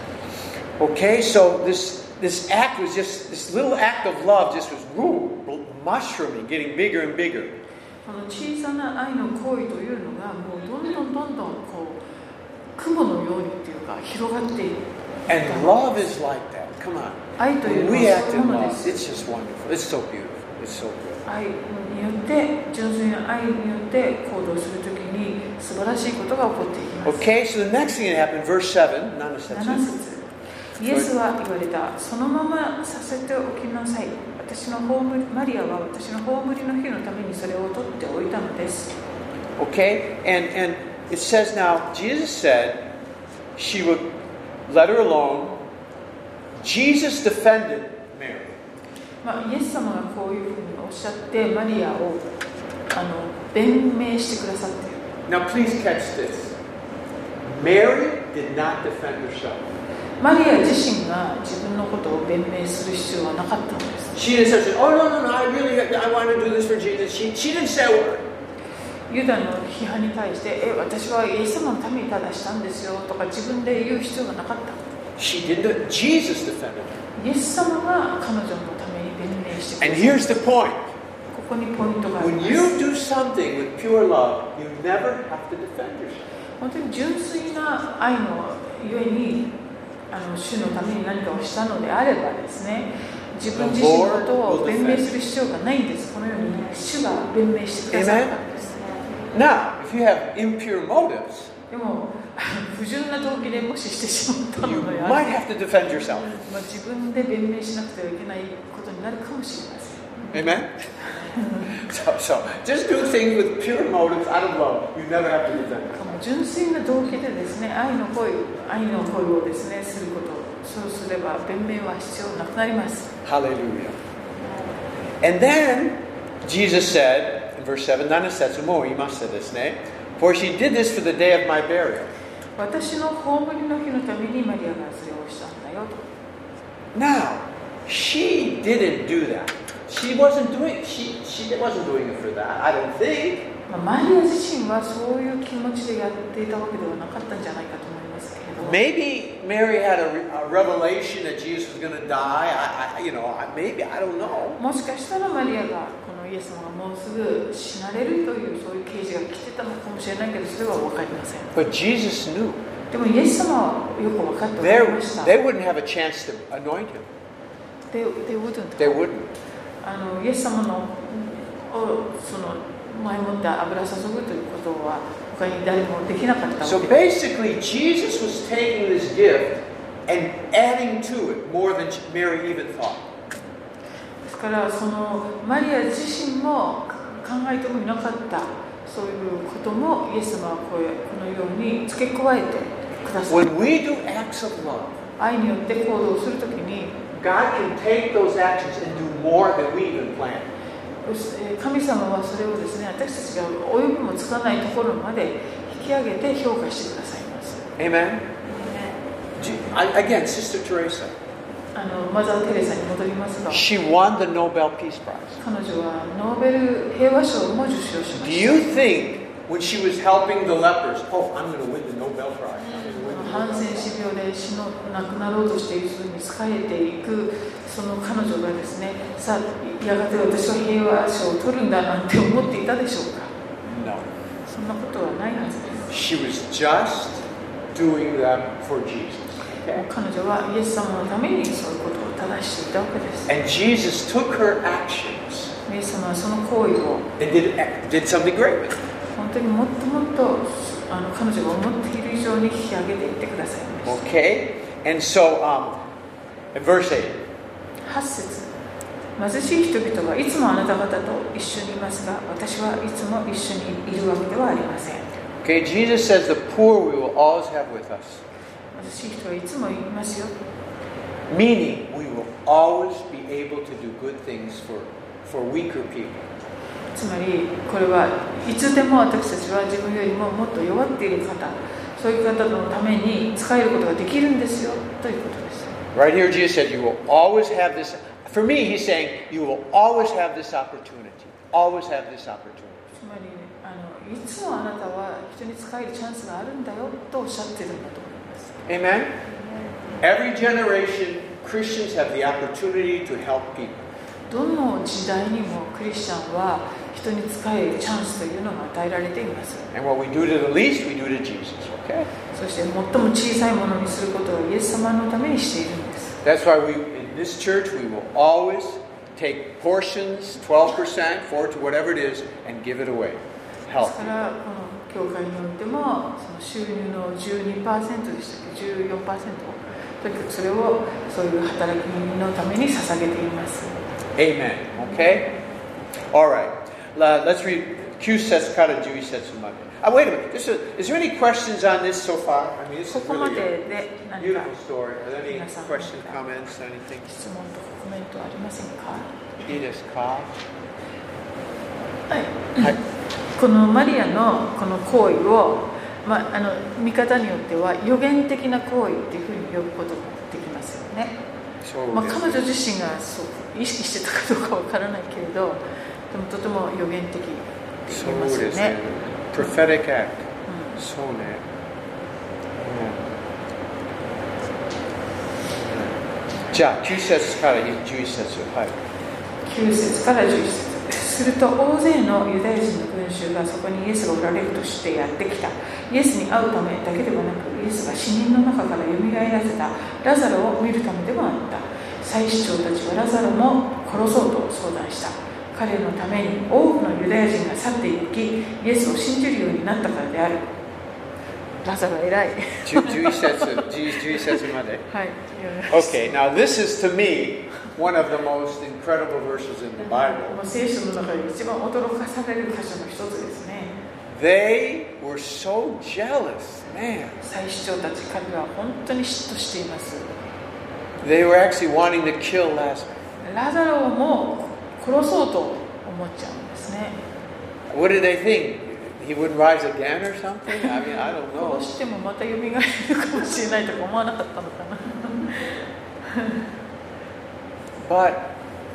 Speaker 1: Okay, so this this act was just this little act of love just was woo, mushrooming, getting bigger and bigger.
Speaker 2: この小さな愛の行為というのがもうどんどんどんどんこう雲のようにっていうか広がっていく
Speaker 1: And love is like that. Come on.
Speaker 2: 愛という
Speaker 1: When
Speaker 2: の
Speaker 1: we
Speaker 2: は
Speaker 1: act
Speaker 2: そういう
Speaker 1: in
Speaker 2: もので
Speaker 1: love,
Speaker 2: す
Speaker 1: it's just wonderful. It's so beautiful. It's so good.
Speaker 2: 愛によって純粋な愛によって行動するときに素晴らしいことが起こっていきます
Speaker 1: Okay, so the next thing that happened, verse 7, none of
Speaker 2: 7
Speaker 1: that's it.
Speaker 2: 節イエスは言われた、そのままさせておきなさい。私の葬りマリアは私の葬りの日のためにそれを取っておいたのです。
Speaker 1: Okay, and, and it says now, Jesus said she would let her alone. Jesus defended Mary.
Speaker 2: まあ、イエス様がこういうふうにおっしゃって、マリアをあの弁明してくださっている。
Speaker 1: Now please catch this. Mary did not defend herself.
Speaker 2: マリア自身が自分のことを弁明する必要はなかったのです。
Speaker 1: She didn't say, "Oh no, no, no! I really, I want to do this for Jesus." She, she didn't say a word.
Speaker 2: ユダの批判に対して、え、私はイエス様のためにただしたんですよとか自分で言う必要がなかった。
Speaker 1: She did not. Jesus defended her.
Speaker 2: イエス様が彼女のために弁明してくださっ
Speaker 1: And
Speaker 2: た。
Speaker 1: here's the point:
Speaker 2: ここにポイントがあり
Speaker 1: when
Speaker 2: ます。
Speaker 1: you do something with pure love, you never have to defend yourself.
Speaker 2: 本当に純粋な愛のゆえにあの主のために何かをしたのであればですね自分自身のことを弁明する必要がないんですこのように主が弁明してくださったんです
Speaker 1: Now, if you have impure motives,
Speaker 2: でもあの不純な動機でもししてしまった
Speaker 1: you
Speaker 2: のであれば、
Speaker 1: might have to defend yourself.
Speaker 2: まあ、自分で弁明しなくてはいけないことになるかもしれません
Speaker 1: Amen. so, so just do things with pure motives out of love. You never have to defend.
Speaker 2: この純粋な動機でですね愛の恋愛の恋をですねすることそうすれば弁明は必要なくなります
Speaker 1: Hallelujah. And then Jesus said in verse 7, Nana Setsumo, you must have this name, for she did this for the day of my burial.
Speaker 2: 私の葬りの日のためにマリアがそれをしたんだよと
Speaker 1: Now, she didn't do that. She wasn't doing she she wasn't doing it for that, I don't think.
Speaker 2: まあ、マリア自身はそういう気持ちでやっていたわけではなかったんじゃないかと思いますけれども
Speaker 1: Maybe Mary had a, re- a revelation that Jesus was going to die. I, I you know, I, maybe I don't know.
Speaker 2: もしかしたらマリアがこのイエス様がもうすぐ死なれるというそういう啓示が来てたのかもしれないけどそれは分かりません
Speaker 1: But Jesus knew
Speaker 2: でもイエス様はよく分かってお
Speaker 1: they
Speaker 2: られました
Speaker 1: they wouldn't have a chance to anoint him.
Speaker 2: They- they wouldn't.
Speaker 1: They wouldn't.
Speaker 2: あのイエス様のをその前もって油注ぐということは他に誰もできなかったわけ
Speaker 1: So
Speaker 2: で
Speaker 1: basically, Jesus was taking this gift and adding to it more than Mary even thought.
Speaker 2: ですからそのマリア自身も考えてもいなかったそういうこともイエス様はこうこのように付け加えてください
Speaker 1: When we do acts of love,
Speaker 2: 愛によって行動するときに
Speaker 1: God can take those actions and do more than we even planned.
Speaker 2: うすえー神様はそれをですね私たちが及びもつかないところまで引き上げて評価してくださいます
Speaker 1: Amen. Gee, I- again, Sister Teresa,
Speaker 2: あのマザー・テレサに戻りますが
Speaker 1: She won the Nobel Peace Prize.
Speaker 2: 彼女はノーベル平和賞も受賞しま
Speaker 1: Do
Speaker 2: した
Speaker 1: you think
Speaker 3: When she was helping the lepers, oh, I'm going to win the Nobel Prize. I'm gonna win the
Speaker 2: ハン
Speaker 3: Nobel
Speaker 2: セン
Speaker 3: Prize."
Speaker 2: 死病で死の亡くなろうとしている人に仕えていくその彼女がですねさあやがて私は平和賞を取るんだなんて思っていたでしょうか
Speaker 1: no?
Speaker 2: そんなことはないはずです
Speaker 3: She was just doing that for Jesus.
Speaker 2: 彼女はイエス様のためにそういうことを正していたわけです
Speaker 3: And Jesus took her actions
Speaker 2: イエス様はその行為を
Speaker 3: and did, did something great with it.
Speaker 2: 本当にもっともっとあの彼女が思っている以上に引き上げていってくださいました
Speaker 1: Okay? And so, um, in verse 8,
Speaker 2: 8節貧しい人々はいつもあなた方と一緒にいますが私はいつも一緒にいるわけではありません
Speaker 1: okay, Jesus says, The poor we will always have with us,
Speaker 2: 貧しい人はいつもいますよ
Speaker 1: meaning we will always be able to do good things for, for weaker people.
Speaker 2: つまりこれはいつでも私たちは自分よりももっと弱っている方そういう方のために使えることができるんですよということです
Speaker 1: Right here, Jesus said, You will always have this. For me, he's saying, You will always have this opportunity. Always have this opportunity.
Speaker 2: つまりあのいつもあなたは人に使えるチャンスがあるんだよとおっしゃってるんだと思います
Speaker 1: Amen?
Speaker 3: Every generation, Christians have the opportunity to help people.
Speaker 2: どの時代にもクリスチャンは人に使えるチャンスというのが与えられています
Speaker 1: And what we do to the least, we do to Jesus. Okay?
Speaker 2: そして最も小さいものにすることをイエス様のためにしているんです
Speaker 1: That's why we, in this church, we will always take portions, 12%, 4 to whatever it is, and give it away.
Speaker 2: で
Speaker 1: Help.
Speaker 2: すからこの教会においてもその収入の12%でしたっけ14%とにかくそれをそういう働きのために捧げています
Speaker 1: Amen. Okay? All right. La- Let's read. Q sets kata, Jewi sets umaga. Ah, wait a minute. This is, is there any questions on this so far? I mean, this
Speaker 2: こ
Speaker 1: is
Speaker 2: こま
Speaker 1: really
Speaker 2: で
Speaker 1: good.
Speaker 2: で何か
Speaker 1: Beautiful story. Are there any questions, comments, anything?
Speaker 2: 質問とかコメントありませんか
Speaker 1: Edith, Carl?
Speaker 2: はい
Speaker 1: Hi.
Speaker 2: このマリアのこの行為を、まあ、あの見方によっては予言的な行為っていうふうに呼ぶこともできますよね、
Speaker 1: So,
Speaker 2: まあ、彼女自身がそう意識してたかどうかわからないけれどでもとても予言的って言いますよね、
Speaker 1: prophetic act.
Speaker 2: うん
Speaker 1: そうね。うんじゃあ、9節から11節。 はい。
Speaker 2: 9節から11節すると大勢のユダヤ人の群衆がそこにイエスがおられるとしてやってきたイエスに会うためだけではなくイエスが死人の中からよみがえらせたラザロを見るためでもあった祭司長たちはラザロも殺そうと相談した彼のために多くのユダヤ人が去っていきイエスを信じるようになったからであるラザロ偉い
Speaker 1: 10 11節、10 11節まで。
Speaker 2: はい
Speaker 1: Okay, now this is to me one of the most incredible verses in the
Speaker 2: も
Speaker 1: Bible.
Speaker 2: う聖書の中で一番驚かされる箇所の一つですね
Speaker 1: They were so jealous, man.
Speaker 2: 祭司長たち彼らは本当に嫉妬しています
Speaker 1: They were actually wanting to kill Lazarus.
Speaker 2: ラザロも殺そうと思っちゃうんですね
Speaker 1: What did they think? He wouldn't rise again or something? I mean, I don't know.
Speaker 2: 殺してもまた蘇るかもしれないとか思わなかったのかな
Speaker 1: But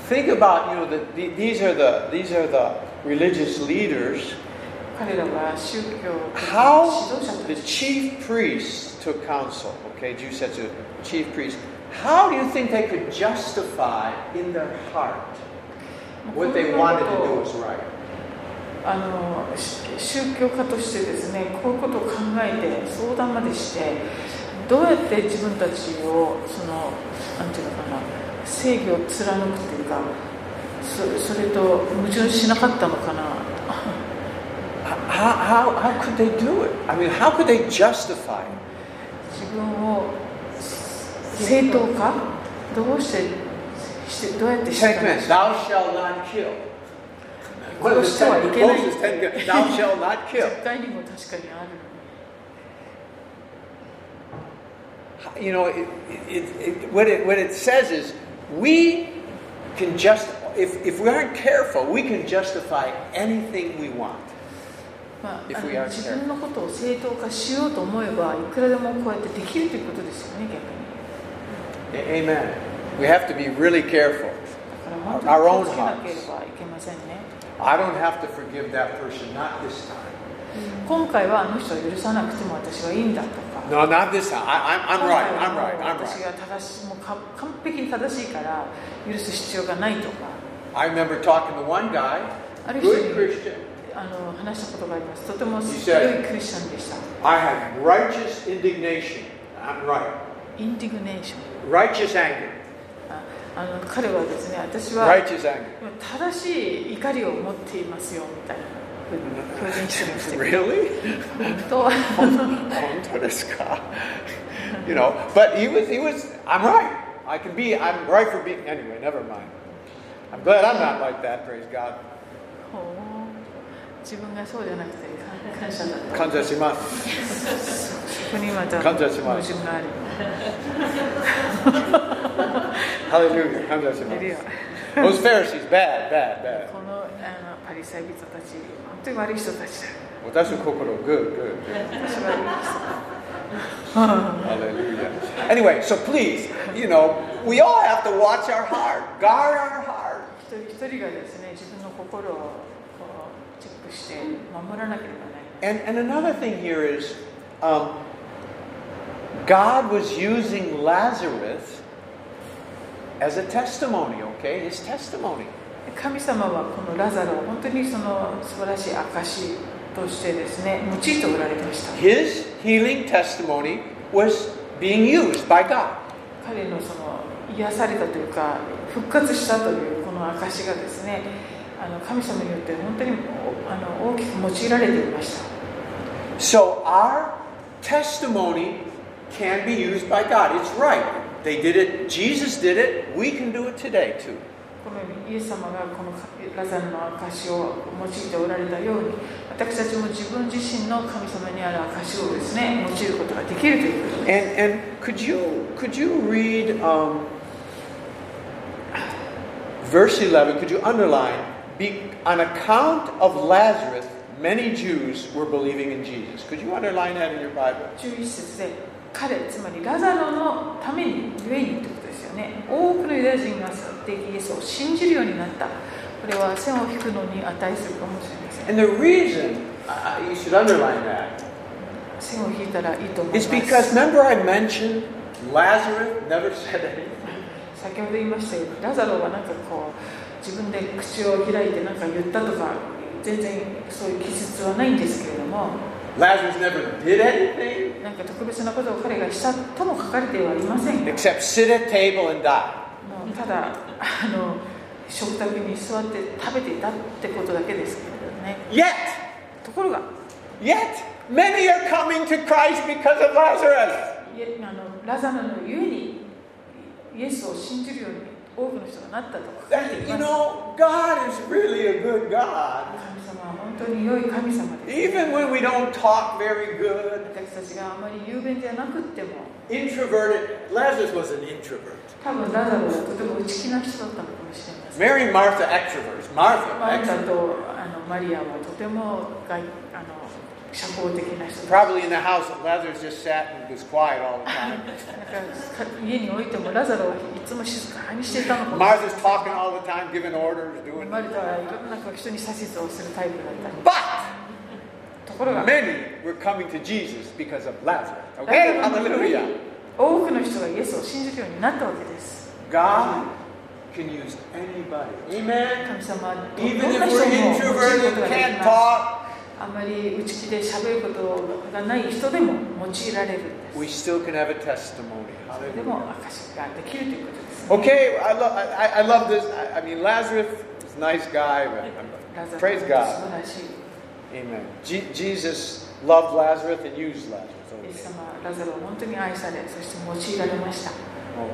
Speaker 1: think about, you know, the, the, these are the these are the religious leaders.
Speaker 2: 彼らは宗教指
Speaker 1: How
Speaker 2: 導者
Speaker 1: the
Speaker 2: たち
Speaker 1: chief priests took counsel. Okay, Jews said to the chief priests, how do you think they could justify in their heart
Speaker 2: こ
Speaker 1: what
Speaker 2: んな
Speaker 1: they
Speaker 2: こ
Speaker 1: wanted to
Speaker 2: と
Speaker 1: do
Speaker 2: を
Speaker 1: was right?
Speaker 2: あのし宗教家としてですねこういうことを考えて相談までしてどうやって自分たちをそのなんていうのかな正義を貫くっていうかそそれと矛盾しなかったのかな
Speaker 1: How, how, how could they do it? I mean, how could they justify it?
Speaker 2: 自分を正当化どうしてしてどうやってしたの
Speaker 1: Ten commands. Thou shalt not kill. One of the
Speaker 2: 殺してはい
Speaker 1: ten-
Speaker 2: けない
Speaker 1: Moses' ten commandments, Thou shalt not kill.
Speaker 2: 絶対にも確かにあ る
Speaker 1: you know, it, it, it, what, it, what it says is we can just, if, if we aren't careful, we can justify anything we want.
Speaker 2: まあ、
Speaker 1: If
Speaker 2: あ
Speaker 1: we are
Speaker 2: の自分のことを正当化しようと思えばいくらでもこうやってできるということですよね逆に
Speaker 1: A- Amen. We have to be really careful.
Speaker 2: だから本当に気をつけなけれ
Speaker 1: Our own
Speaker 2: ばいけませんね
Speaker 1: I don't have to forgive that person, not this time.
Speaker 2: 今回はあの人を許さなくても私はいいんだとか
Speaker 1: No, not this time. I, I'm, I'm
Speaker 2: 今回
Speaker 1: right.
Speaker 2: は
Speaker 1: I'm
Speaker 2: も
Speaker 1: right.
Speaker 2: う
Speaker 1: I'm
Speaker 2: 私
Speaker 1: right.
Speaker 2: が正しいもうか完璧に正しいから許す必要がないとか
Speaker 3: I remember talking to one guy,
Speaker 2: ある人
Speaker 3: good
Speaker 2: に
Speaker 3: Christian.
Speaker 2: あの話したことがありますとても強
Speaker 3: He
Speaker 2: い
Speaker 3: said-
Speaker 2: クリスチャンでした
Speaker 3: I have righteous indignation. I'm right.
Speaker 2: インディグネーション
Speaker 3: Righteous anger.
Speaker 2: ああの彼はですね私は
Speaker 1: Righteous anger.
Speaker 2: 正しい怒りを持っていますよみたいなふうに表現してましたけ
Speaker 1: Really?
Speaker 2: ど本
Speaker 1: Onto this guy. you know, but he was, he was, I'm right. I can be, I'm right for being, anyway, never mind. I'm glad I'm not like that, praise God.
Speaker 2: 当ほう自分がそうじゃなくて感感謝
Speaker 1: Kanjashimasu.
Speaker 2: だったそこにまた
Speaker 1: 感謝します
Speaker 2: 矛盾があり
Speaker 1: Hallelujah.
Speaker 2: いるよ
Speaker 1: Kanjashimasu. Those Pharisees, bad, bad,
Speaker 2: こ
Speaker 1: bad.
Speaker 2: のあのパリサイ人たち本当に悪い人たちだ
Speaker 1: Watashu good, good.
Speaker 2: 私は悪い人
Speaker 1: Hallelujah. Anyway, so please, you know, we all have to watch our heart, guard our heart.
Speaker 2: 一人一人がですね自分の心をこうチェックして守らなければならない
Speaker 1: And, and another thing here is um, God was using Lazarus as a testimony, okay? His testimony.
Speaker 2: 神様はこのラザロを本当にその素晴らしい証としてですね用いておられました
Speaker 1: His healing testimony was being used by God.
Speaker 2: 彼のその癒されたというか復活したというこの証がですねあの神様によって本当におあの大きく用いられていました
Speaker 1: So our
Speaker 3: Testimony can be used by God. It's right. They did it. Jesus did it. We can do it today too.
Speaker 2: このようにイエス様がこのラザロの証を用いておられたように私たちも自分自身の神様にある証をですね用いることができるということです
Speaker 1: And, and could you could you read um, verse eleven? Could you underline? Be, on account of Lazarus, many Jews were believing in Jesus. Could you underline that in your Bible?
Speaker 2: 11節で彼つまりラザロのためにゆえにってことですよね多くのユダヤ人が去ってイエスを信じるようになったこれは線を引くのに値するかもしれませ
Speaker 3: And
Speaker 2: ん
Speaker 3: the reason uh, you should underline that
Speaker 2: 線を引いたらいいと思いま
Speaker 3: is
Speaker 2: す
Speaker 3: because remember I mentioned Lazarus never said anything.
Speaker 2: 先ほど言いましたようにラザロはなんかこう自分で口を開いて何か言ったとか全然そういう記述はないんですけれども
Speaker 3: Lazarus never did anything
Speaker 2: なんか特別なことを彼がしたとも書かれてはいませんが
Speaker 1: Except sit at table and die.
Speaker 2: もうただあの食卓に座って食べていたってことだけですけれどね
Speaker 1: Yet,
Speaker 2: ところが
Speaker 1: yet many are coming to Christ because of Lazarus.
Speaker 2: イエあのラザロのゆえにイエスを信じるように多くの人がなったと書かれてい
Speaker 1: That-
Speaker 2: ま
Speaker 1: you
Speaker 2: す
Speaker 1: know, God is really a good God.
Speaker 2: 神様は本当に良い神様です
Speaker 1: Even when we don't talk very good,
Speaker 2: 私たちがあまり雄弁ではなくっても
Speaker 3: introverted. Lazarus was an introvert.
Speaker 2: 多分ラザロはとても内気な人だったのかもしれません
Speaker 1: Mary, Martha, extroverts. Martha,
Speaker 2: マルタ
Speaker 1: extrovert.
Speaker 2: とあのマリアはとても外あの社交的な人だ
Speaker 1: Probably in the house, Lazarus just sat and was quiet all the time.
Speaker 2: だから家においてもラザロはいつも静かにしていたのかも
Speaker 1: Martha's talking all the time, giving orders, doing.
Speaker 2: マルタはいろんなこう人に指図をするタイプだったり
Speaker 1: But
Speaker 2: ところが
Speaker 1: many were coming to Jesus because of Lazarus. Okay, hallelujah.
Speaker 2: 多くの人がイエスを信じるようになったわけです
Speaker 1: God can use anybody. Amen.
Speaker 2: 神様はど
Speaker 1: Even
Speaker 2: ん
Speaker 1: if
Speaker 2: な人
Speaker 1: we're
Speaker 2: も用いる
Speaker 1: introverted,
Speaker 2: ことができ
Speaker 1: can't
Speaker 2: ま
Speaker 1: talk,
Speaker 2: すあまり内気で喋ることがない人でも用いられるん
Speaker 1: we
Speaker 2: です
Speaker 1: still can have a testimony.
Speaker 2: でも証ができるということです、ね
Speaker 1: Okay, I, lo- I, I love this. I, I mean, Lazarus is a nice guy, but I'm-
Speaker 2: ラザロ
Speaker 1: Praise God.
Speaker 2: 素晴らしい
Speaker 1: amen. Je- Jesus loved Lazarus and used Lazarus.
Speaker 2: イエス
Speaker 1: Okay.
Speaker 2: 様はラザロを本当に愛されそして用いられました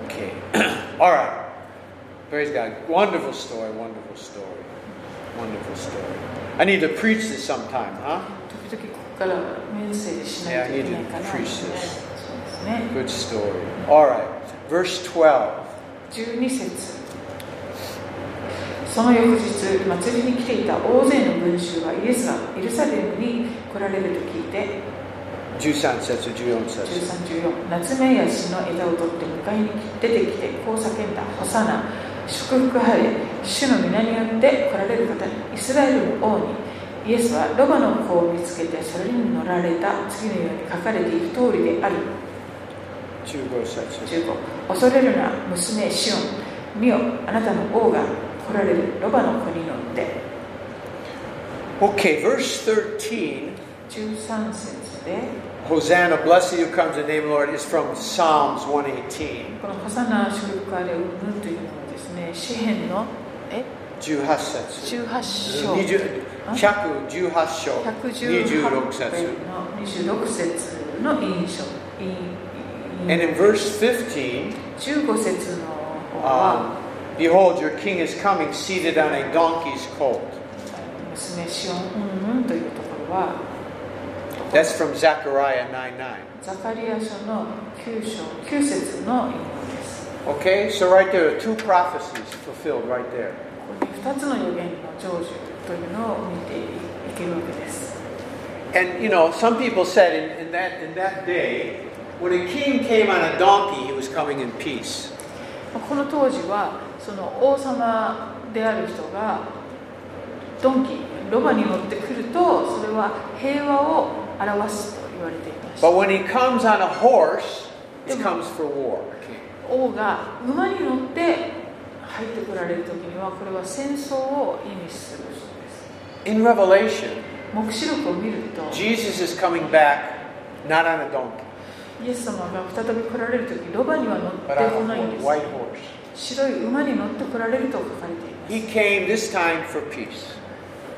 Speaker 1: Okay. All right. Praise God. Wonderful story, wonderful story. Wonderful story. I need to preach this sometime, huh?
Speaker 2: 時々ここからメッセージしないといけないか
Speaker 1: Yeah, I need to
Speaker 2: なそう
Speaker 1: preach
Speaker 2: で
Speaker 1: this.
Speaker 2: すね
Speaker 1: Good story. All right. Verse 12.
Speaker 2: 12節その翌日祭りに来ていた大勢の群衆がイエスがエルサレムに来られると聞いて
Speaker 1: 13節、14節。
Speaker 2: 1314夏目やしの枝を取って迎えに出てきてこう叫んだ「ホサナ」「祝福晴れ」「主の皆によって来られる方にイスラエルの王に」イエスはロバの子を見つけてそれに乗られた次のように書かれている通りである
Speaker 1: 15節。
Speaker 2: 15恐れるな娘シオン見よあなたの王が来られるロバの子に乗って
Speaker 1: Okay, verse 13,
Speaker 2: 13節で
Speaker 1: Hosanna, blessed you comes the name of the Lord, is from Psalms 118.
Speaker 2: この「ホサナ祝福あれうんぬん」というのはですね詩篇のえ
Speaker 1: 18節。
Speaker 2: 18章
Speaker 1: 20 118章、26
Speaker 2: 116
Speaker 1: 節。
Speaker 2: 節の26節の印象印
Speaker 1: And in verse 15,
Speaker 2: 15節の方は
Speaker 1: um, Behold, your king is coming seated on a donkey's colt.
Speaker 2: 娘シオンうんうんというところは
Speaker 1: That's from Zechariah 9 9.
Speaker 2: ザカリア書の9章9節の引用です
Speaker 1: Okay, so right there are two prophecies fulfilled right there.
Speaker 2: ここに2つの予言の成就というのを見ていけるわけです
Speaker 1: And you know, some people said in, in that in that day, when a king came on a donkey, he was coming in peace.
Speaker 2: この当時はその王様である人がドンキロバに乗ってくるとそれは平和を表すと言われていました
Speaker 1: But when he comes on a horse, it comes for war.
Speaker 2: 王が馬に乗って入ってこられる時にはこれは戦争を意味するそうです
Speaker 1: In Revelation,
Speaker 2: 黙示録を見ると
Speaker 1: Jesus is coming back not on a donkey,
Speaker 2: イエス様が再び来られる時ロバには乗っ
Speaker 1: but
Speaker 2: てこ
Speaker 1: on
Speaker 2: ないん
Speaker 1: a
Speaker 2: です
Speaker 1: white horse.
Speaker 2: 白い馬に乗ってこられると書かれています
Speaker 1: He came this time for peace.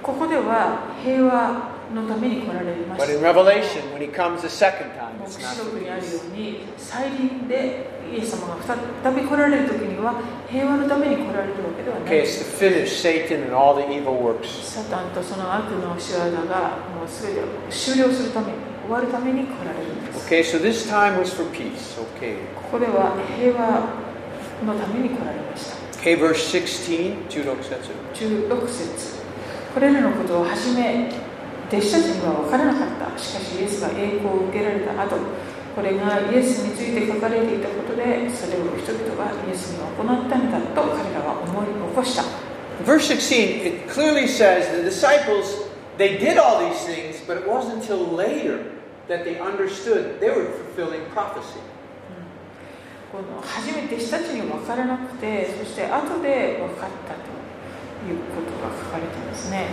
Speaker 2: ここでは平和のために来られま
Speaker 1: But
Speaker 2: し
Speaker 1: in
Speaker 2: た
Speaker 1: Revelation, when he comes the second time,
Speaker 2: 黙
Speaker 1: it's not
Speaker 2: 示
Speaker 1: for
Speaker 2: 録にあるよ
Speaker 1: peace.
Speaker 2: うに再臨でイエス様が再び来られる時には平和のために来られるわけではない
Speaker 1: Okay, it's to finish Satan and all the evil works.
Speaker 2: サタンとその悪の仕業がもう全てを終了するために終わるために来られるんです
Speaker 1: Okay, so this time was for peace. Okay.
Speaker 2: ここでは平和のために来られました
Speaker 1: Okay, verse 16, 16節。
Speaker 2: 16節これらのことをはじめ弟子たちには分からなかったしかしイエスが栄光を受けられた後これがイエスについて書かれていたことでそれを人々がイエスに行ったんだと彼らは思い起こした
Speaker 1: Verse 16, it clearly says the disciples, they did all these things, but it wasn't until later that they understood they were fulfilling prophecy.
Speaker 2: この初めて弟子たちに分からなくてそして後で分かったということが書かれてますね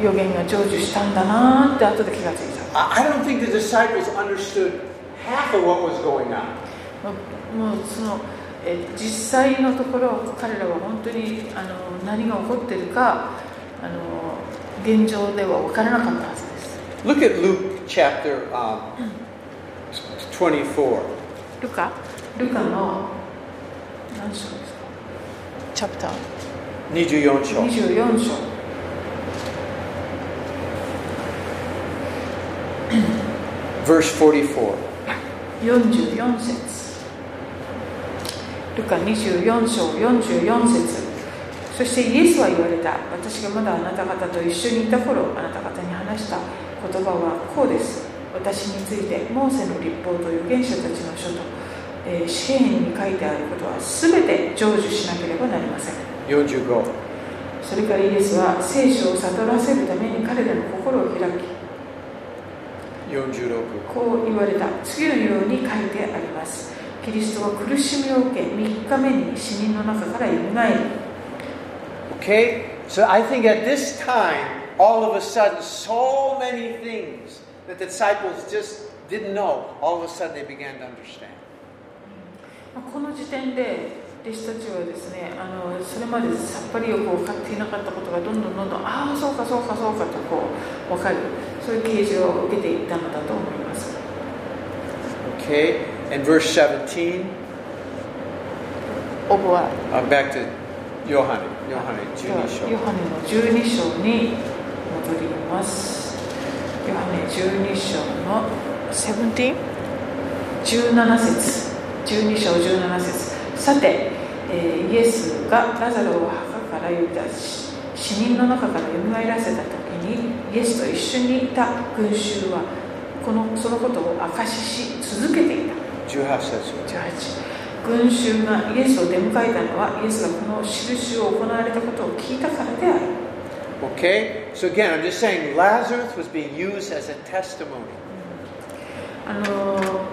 Speaker 2: 予言が成就したんだなーって後で気がついた
Speaker 1: I I don't think the disciples understood half of what was going on.
Speaker 2: まもうそのえ実際のところ彼らは本当にあの何が起こってるかあの現状では分からなかったはずです
Speaker 1: Look at Luke chapter um, 24.
Speaker 2: ルカルカの何章ですかチャプター
Speaker 1: 24章。
Speaker 2: 24章
Speaker 1: verse 44.
Speaker 2: 44節ルカ24章44節そしてイエスは言われた私がまだあなた方と一緒にいた頃あなた方に話した言葉はこうです私についてモーセの立法と預言者たちの書と、えー、詩篇に書いてあることは全て成就しなければなりません
Speaker 1: 45.
Speaker 2: それからイエスは聖書を悟らせるために彼らの心を開き
Speaker 1: 46.
Speaker 2: こう言われた次のように書いてありますキリストは苦しみを受け3日目に死人の中から蘇り
Speaker 1: Okay, so I think at this time, all of a sudden, so many things that the disciples just didn't know, all of a sudden they began to understand.
Speaker 2: この時点で弟子たちはですねあのそれまでさっぱりよく分かっていなかったことがどんどんどんどんああそうかそうかそうかとこう分かるそういう啓示を受けていったのだと思います
Speaker 1: Okay, and verse 17,
Speaker 2: オブは
Speaker 1: uh, back to Yohanan, Yohanan,
Speaker 2: では
Speaker 1: 12章
Speaker 2: ヨハネの12章に戻りますヨハネ12章の 17?17 節12章17節さて、えーイエスがラザロを墓から呼び出し死人の中から蘇らせた時にイエスと一緒にいた群衆はこのそのことを明かしし続けていた
Speaker 1: 18節
Speaker 2: 18群衆がイエスを出迎えたのはイエスがこの印を行われたことを聞いたからである
Speaker 1: Okay? So again, I'm just saying Lazarus was being used as a testimony.
Speaker 2: あの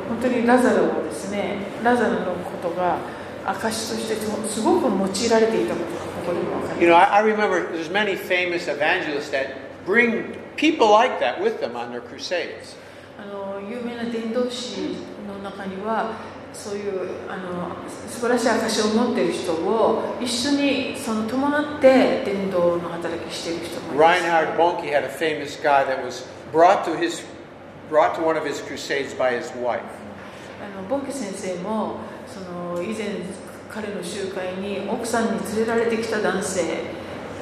Speaker 2: 本当にラザロをですねラザロのことが証としてすごく用いられていたことがここでも分かり
Speaker 1: You know, I, I remember there's many famous evangelists that bring people like that with them on their crusades.
Speaker 2: あの有名な伝道師の中にはそういうあの素晴らしい証を持っている人を一緒にその伴って伝道の働きしている人もいます
Speaker 1: Reinhard Bonnke had a famous guy that was brought to his brought to one of his crusades by his wife.
Speaker 2: あのボンケ先生もその以前彼の集会に奥さんに連れられてきた男性、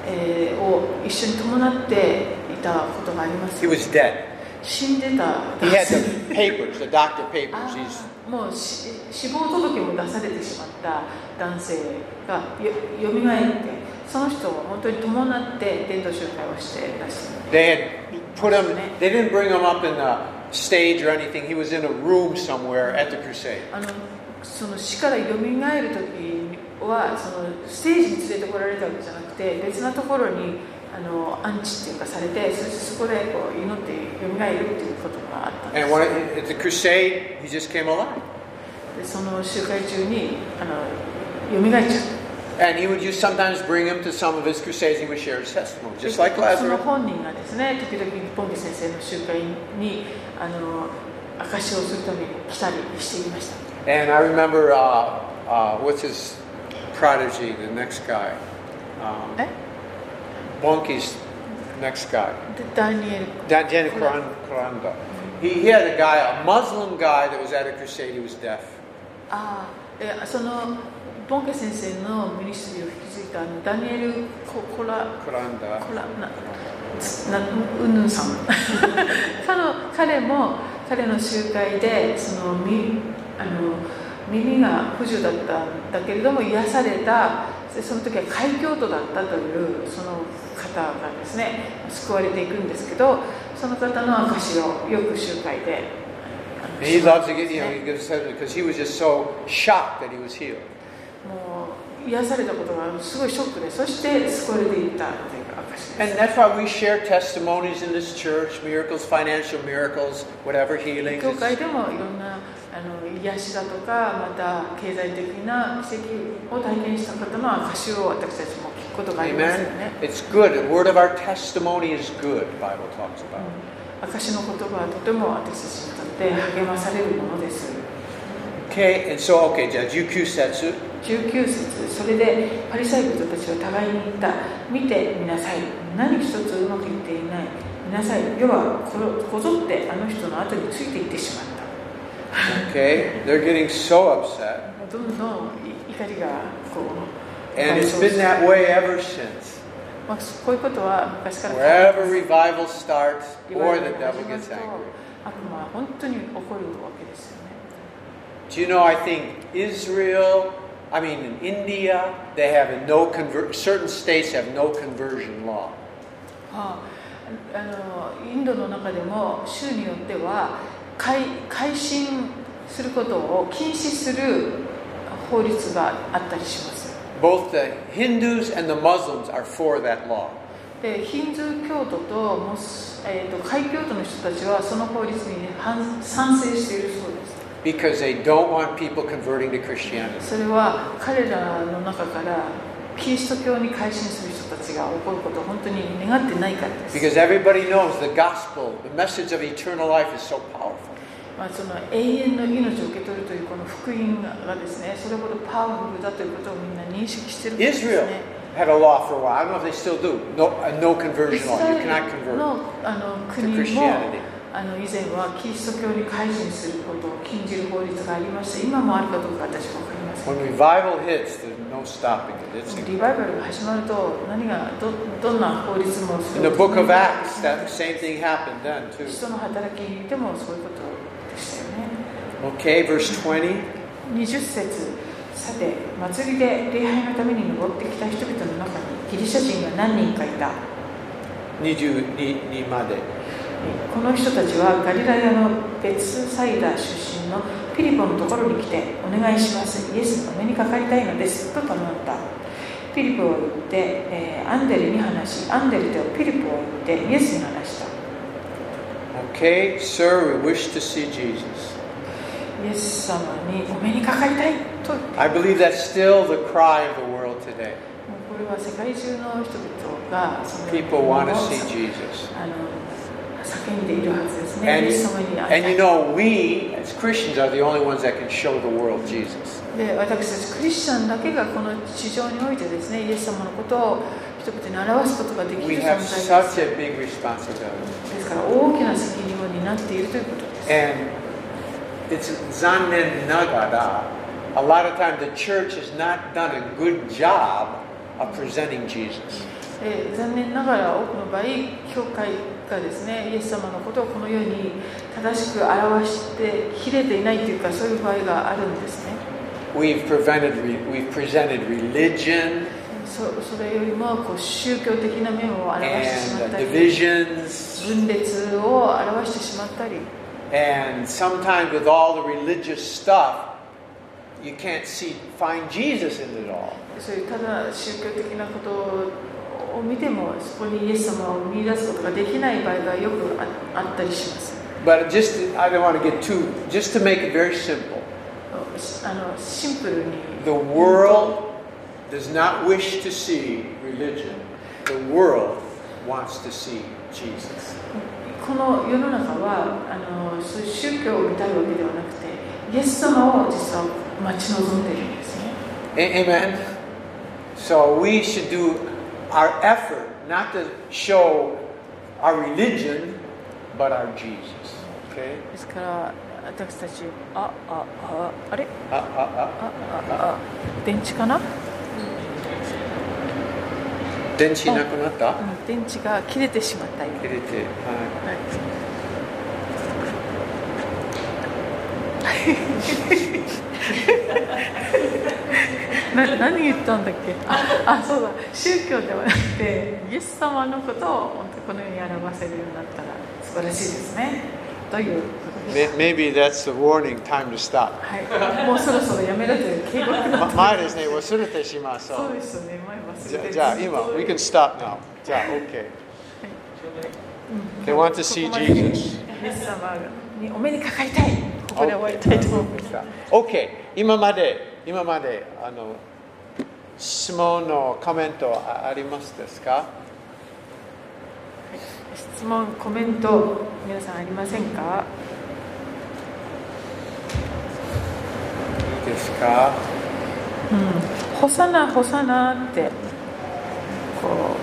Speaker 2: えーを一緒に伴っていたことがあります
Speaker 1: He was dead.
Speaker 2: 死んでた
Speaker 1: He
Speaker 2: 男
Speaker 1: had
Speaker 2: 性
Speaker 1: the papers, the doctor
Speaker 2: あ
Speaker 1: papers.
Speaker 2: ー
Speaker 1: He's
Speaker 2: もうし死亡届も出されてしまった男性がよみがえってその人を本当に伴って伝道集会をしていらっしゃる
Speaker 1: they had put him. They didn't bring him up in the stage or anything. He was in a room somewhere at the crusade.
Speaker 2: あのその死から蘇る時はそのステージに連れてこられたわけじゃなくて別なところにあの安置っていうかされてそしてそこでこう祈って蘇るっていうことがあったんで
Speaker 1: And
Speaker 2: す
Speaker 1: when, at the crusade, he just came alive.
Speaker 2: でその集会中にあの蘇っちゃった
Speaker 1: And he would just sometimes bring him to some of his crusades. He would share his testimony,
Speaker 2: で
Speaker 1: just like
Speaker 2: その
Speaker 1: Lazarus.
Speaker 2: 本人がですね時々ボンビ先生の集会にあの証しをするために来たりしていました
Speaker 1: And I remember, uh, uh, what's his prodigy, the next guy? Um,
Speaker 2: え
Speaker 1: Bonke's next guy.
Speaker 2: でダニエル
Speaker 1: Dan- Daniel Karan- Karanga. He, he had a guy, a Muslim guy that was at a crusade. He was deaf.
Speaker 2: ああでそのボンケ先生のミニストリーを引き継いだあのダニエル・ココラ
Speaker 1: Karanda.
Speaker 2: コラなつなうんぬんさん 彼の彼も彼の集会でそのみあの耳が不自由だったんだけれども癒されたでその時は海教徒だったというその方がですね救われていくんですけどその方の証をよく集会であの
Speaker 1: And he loves to get, you know, he gives testimony because he was just so shocked that he was healed.
Speaker 2: もう癒されたことがすごいショックでそして救われていったという証です
Speaker 1: And that's why we share testimonies in this church miracles, financial miracles, whatever healings.
Speaker 2: 教会
Speaker 1: It's-
Speaker 2: でもいろんなあの癒しだとかまた経済的な奇跡を体験した方の証を私たちも聞くことがありますよね
Speaker 1: Amen. It's good. The word of our testimony is good, the Bible talks about.
Speaker 2: 証の言葉はとても私たちにとって励まされるものです
Speaker 1: Okay, and so, okay, Judge, Yuku Setsu.
Speaker 2: 19節それでパリサイ人たちは互いに言った見てみなさい何一つうまくいっていない見なさい世はころこぞってあの人の後についていってしまった
Speaker 1: Okay, they're getting so upset.
Speaker 2: どんどん怒りがこう
Speaker 1: And it's
Speaker 2: 倍
Speaker 1: been
Speaker 2: 増して
Speaker 1: that way ever since.
Speaker 2: まあ、こういうことは昔から
Speaker 1: Wherever revival starts
Speaker 2: 言わ
Speaker 1: or
Speaker 2: れ
Speaker 1: the
Speaker 2: て
Speaker 1: devil
Speaker 2: 始まる
Speaker 1: gets
Speaker 2: と
Speaker 1: angry.
Speaker 2: 悪魔は本当に起こるわけですよね
Speaker 1: Do you know, I think Israel, I mean, in India, they have a no conver- certain states have no conversion law.
Speaker 2: はあ、あのインドの中でも州によっては改改心することを禁止する法律があったりします
Speaker 1: Both the Hindus and the Muslims are for that law.
Speaker 2: でヒンズー教徒とモス、えー、と海教徒の人たちはその法律に反賛成しているそうです
Speaker 1: because they don't want people converting to Christianity.
Speaker 2: それは彼らの中からキリスト教に改心する人たちが起こることを本当に願ってないからです。
Speaker 1: Because everybody knows the gospel, the message of eternal life is so powerful.
Speaker 2: まあ、その永遠の命を受け取るというこの福音がですね、それほどパワフルだということをみんな認識してるんですね
Speaker 1: Israel。had a law for a while. I don't know if they still do. No, a no
Speaker 2: イ
Speaker 1: conversion
Speaker 2: ス
Speaker 1: law.
Speaker 2: ラ
Speaker 1: You
Speaker 2: エル
Speaker 1: cannot convert
Speaker 2: のあの
Speaker 1: to
Speaker 2: 国も
Speaker 1: Christianity.
Speaker 2: あの以前はキリスト教に改心することを禁じる法律がありまして、今もあるかどうか私は分かりません。
Speaker 1: When revival hits, there's no stopping it. It's
Speaker 2: リバイバルが始まると何がどどんな法律もそ
Speaker 1: in the
Speaker 2: れを
Speaker 1: book of Acts, that same thing happened then too.
Speaker 2: 人の働きでもそういうことでしたよね
Speaker 1: Okay, verse 20.
Speaker 2: 20節さて祭りで礼拝のために登ってきた人々の中にギリシャ人が何人かいた
Speaker 1: Niju ni, ni made.
Speaker 2: えーこの人たちはガリラヤのベツサイダ出身のピリポのところに来てお願いしますイエスのお目にかかりたいのですと頼んだピリポを言って、えーアンデレに話しアンデレとピリポを言ってイエスに話した
Speaker 1: Okay, sir, we wish to see Jesus.
Speaker 2: イエス様にお目にかかりたいと言って
Speaker 1: I believe that's still the cry of the world today.
Speaker 2: もうこれは世界中の人々がその
Speaker 1: People want to
Speaker 2: ものを
Speaker 1: see Jesus.
Speaker 2: あの叫んでいるはずですね。イ
Speaker 1: And,
Speaker 2: エス様に会い
Speaker 1: and
Speaker 2: たい
Speaker 1: you know, we as Christians are the only ones that can show the world Jesus.
Speaker 2: で私たちクリスチャンだけがこの地上においてですねイエス様のことを人々に表すことができ
Speaker 1: We
Speaker 2: る存
Speaker 1: have
Speaker 2: 在で
Speaker 1: such
Speaker 2: す
Speaker 1: a big responsibility.
Speaker 2: ですから大きな責任を担っているということです
Speaker 1: And it's zannen nagara. A lot of time the church has not done a good job of presenting Jesus.
Speaker 2: えー残念ながら多くの場合教会がですねイエス様のことをこの世に正しく表してきれていないというかそういう場合があるんですね
Speaker 1: We've prevented, re- we've presented religion
Speaker 2: そそれよりもこう宗教的な面を表してしまっ
Speaker 1: and
Speaker 2: た
Speaker 1: uh,
Speaker 2: り
Speaker 1: divisions,
Speaker 2: 分裂を表してしまったり
Speaker 1: and sometimes with all the religious stuff, you can't see find Jesus in it all.
Speaker 2: そういうただ宗教的なことを見てもそこにイエス様を見出すことができない場合がよくああったりします
Speaker 1: But just I don't want to get too. Just to make it very simple,
Speaker 2: あのシンプルに
Speaker 1: the world does not wish to see religion. The world wants to see Jesus.
Speaker 2: この世の中はあのそういう宗教を見たいわけではなくてイエス様を実は待ち望んでいるんですね
Speaker 1: A- Amen. So we should do our effort not to show our religion, but our Jesus. Okay.
Speaker 2: ですから私たちああああれ
Speaker 1: Uh, uh,
Speaker 2: あああ電池かな、
Speaker 1: uh. 電池なくなった？
Speaker 2: うん、電池が切れてしまったよ、は
Speaker 1: 入れて、はい。
Speaker 2: い な何言ったんだっけああそうだ宗教ではなくてイエス様のことを本当このように表せるようになったら素晴らしいですねということで
Speaker 1: May-
Speaker 2: す、
Speaker 1: Maybe that's the warning, time to stop.
Speaker 2: はい、もうそろそろやめろという警告だったそう
Speaker 1: 前ですね、忘れてしまそう。
Speaker 2: ですよね前忘れて
Speaker 1: じゃあ、今、we can stop now. じゃあ、OK.
Speaker 2: うん
Speaker 1: They want to see
Speaker 2: ここまで
Speaker 1: Jesus.
Speaker 2: イエス様にお目にかかりたいここで終わりたいと思います
Speaker 1: OK。今まで、今まで、あの、質問のコメントあありますですか
Speaker 2: 質問コメント皆さんありませんか
Speaker 1: いいですか
Speaker 2: 「ホサナホサナ」ってこ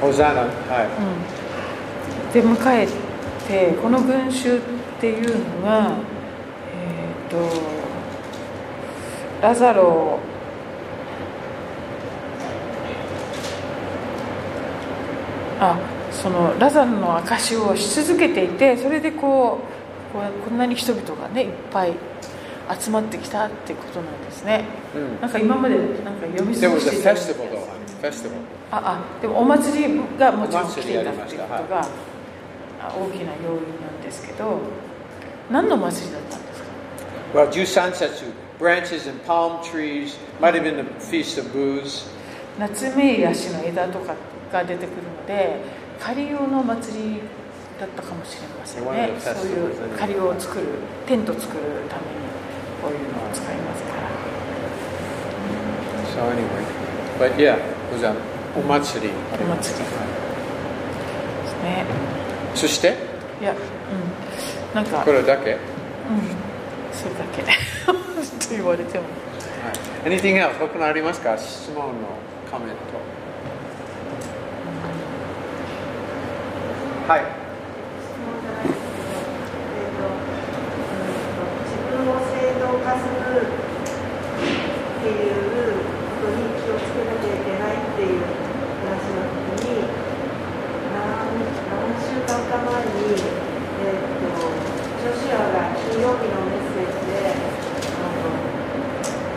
Speaker 1: ホザナ、は
Speaker 2: う、うん、出迎えてこの群衆っていうのがえっ、とラザロあそのラザロの証しをし続けていてそれでこうこうこんなに人々がねいっぱい集まってきたってことなんですね。
Speaker 1: い。うん。
Speaker 2: なんか今までなんか読み
Speaker 1: Hmm. There
Speaker 2: 過ご
Speaker 1: was
Speaker 2: し
Speaker 1: a
Speaker 2: ていた
Speaker 1: festival though, honey. festival.
Speaker 2: ああでもお祭りがもちろ
Speaker 1: お
Speaker 2: ん来
Speaker 1: 祭
Speaker 2: て
Speaker 1: り
Speaker 2: い
Speaker 1: や
Speaker 2: た
Speaker 1: り
Speaker 2: という
Speaker 1: ま
Speaker 2: こ
Speaker 1: した
Speaker 2: とがあ大きな要因なんですけど何の祭りだったんですか
Speaker 1: Well, Jusansetsu, branches and palm trees, might have been the Feast of Booths.
Speaker 2: 夏目ヤシの枝とかが出てくるので狩り用の祭りだったかもしれません
Speaker 1: One of
Speaker 2: ね
Speaker 1: the
Speaker 2: そう
Speaker 1: festivals,
Speaker 2: いう狩りを作るテント作るためにこういうのを使いますから
Speaker 1: So anyway, but yeah, it was a お祭り。
Speaker 2: お祭りですね
Speaker 1: そして
Speaker 2: いやうんなんか
Speaker 1: これだけ、はい、
Speaker 2: うん、それだけ と言われても
Speaker 1: Anything else? 他のありますか質問のコメント。はい。
Speaker 4: 質問じゃないですけど、えーとうんと自分を正当化するために、えーとっていうことに気をつけなきゃいけないっていう話の時に、何何週間か前に、えーとジョシュアが金曜日のメッセージで、あの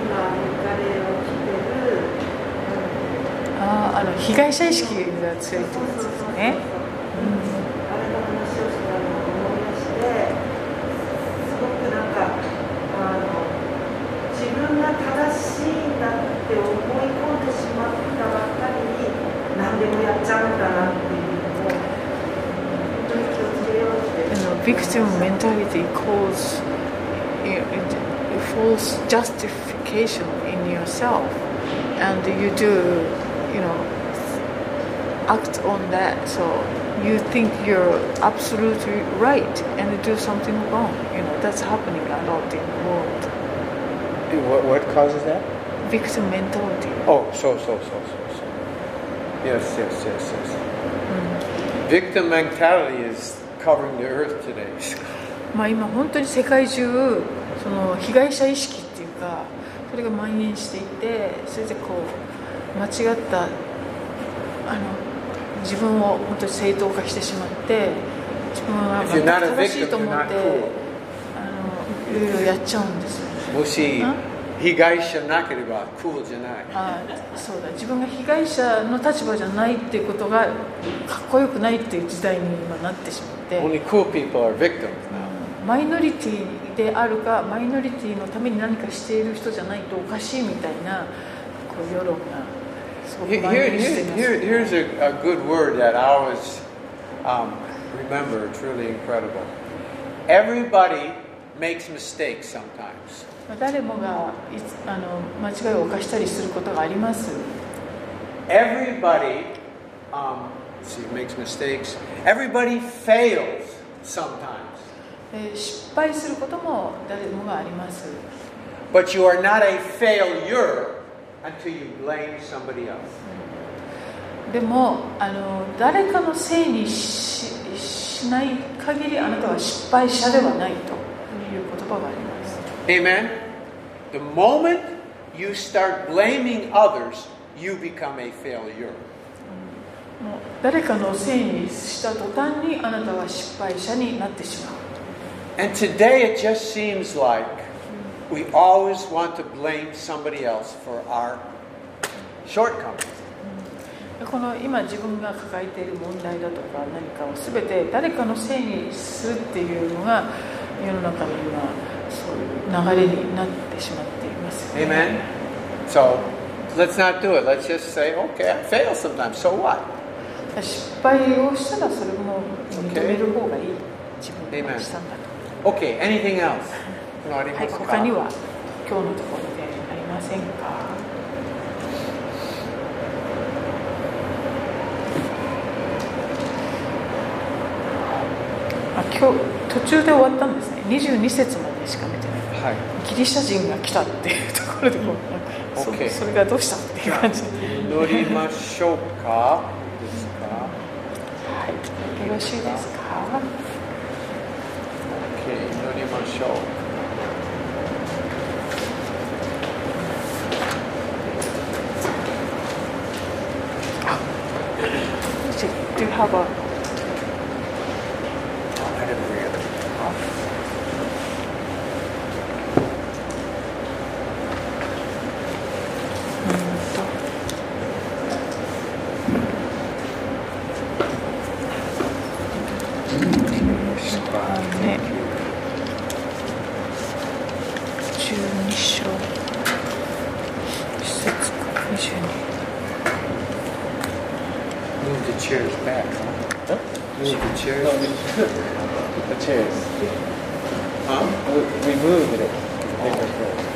Speaker 4: 今、アメリカで起きてる、うん
Speaker 2: あああの被害者意識が強いってやつですね
Speaker 4: あれの話をしたんで
Speaker 2: victim mentality causes you- it- it false justification in yourself, and you do, you know, act on that. So you think you're absolutely right and you do something wrong. You know, that's happening a lot in the world.
Speaker 3: What, what causes that?
Speaker 2: Victim mentality.
Speaker 3: Oh, so, so, so, so, so. Yes, yes, yes, yes. Mm.
Speaker 1: Victim mentality is covering the earth today.
Speaker 2: まあ、今本当に世界中その被害者意識っていうかそれが蔓延していてそれでこう間違ったあの自分を本当に正当化してしまって自分
Speaker 3: Ah,
Speaker 2: は
Speaker 1: If you're not
Speaker 2: 全
Speaker 1: a
Speaker 2: く正しいと
Speaker 1: victim,
Speaker 2: 思
Speaker 1: you're
Speaker 2: っ
Speaker 1: not
Speaker 2: て
Speaker 1: cool.
Speaker 2: あのいろいろやっちゃうんですよね
Speaker 1: もし
Speaker 2: ん
Speaker 1: 被害者なければクールじゃない。
Speaker 3: Ah.
Speaker 2: ああそうだ自分が被害者の立場じゃないっていうことがかっこよくないっていう時代に今なってしまって。
Speaker 1: Only cool people are victims now.
Speaker 2: マイノリティであるかマイノリティのために何かしている人じゃないとおかしいみたいなこう世論がすごく
Speaker 1: Here,
Speaker 2: 蔓
Speaker 1: here,
Speaker 2: 延してい
Speaker 1: here,
Speaker 2: ま
Speaker 1: here- here's
Speaker 2: す
Speaker 1: a, a good word that I always um, remember. It's really incredible. Everybody makes mistakes sometimes.
Speaker 2: まあ誰もがいつあの間違いを犯したりすることがあります
Speaker 1: Everybody, um, see, makes mistakes. Everybody fails sometimes.
Speaker 2: で失敗することも誰もがあります
Speaker 1: But you are not a failure until you blame somebody else.
Speaker 2: でもあの誰かのせいにししない限りあなたは失敗者ではないという言葉があります
Speaker 1: Amen? The moment you start blaming others, you become a failure.
Speaker 2: もう誰かのせいにした途端にあなたは失敗者になってしまう
Speaker 1: And today it just seems like we always want to blame somebody else for our shortcomings.
Speaker 2: この今自分が抱えている問題だとか何かを全て誰かのせいにするっていうのが世の中の今そういう流れになってしまっています、ね、
Speaker 1: Amen? So let's not do it. Let's just say, okay, I fail sometimes. So what?
Speaker 2: 失敗をしたらそれも認める方がいい自分がしたんだと
Speaker 1: Okay, anything else?
Speaker 2: はい他には今日のところでありませんかあ今日途中で終わったんですね22節までしか見てないギリシャ人が来たっていうところでも、うそ
Speaker 1: OK
Speaker 2: それがどうしたっていう感じで、
Speaker 1: はい。祈りましょうか。ですか。
Speaker 2: はい、よろしいですか
Speaker 1: Okay, 祈りましょう。
Speaker 2: Do you have a
Speaker 1: I didn't read it.
Speaker 2: Spy. ね12章施設か22
Speaker 1: Move the chairs back, huh? Move the chairs.
Speaker 3: No, we- the chairs.
Speaker 1: Huh? Oh.
Speaker 3: We we moved it.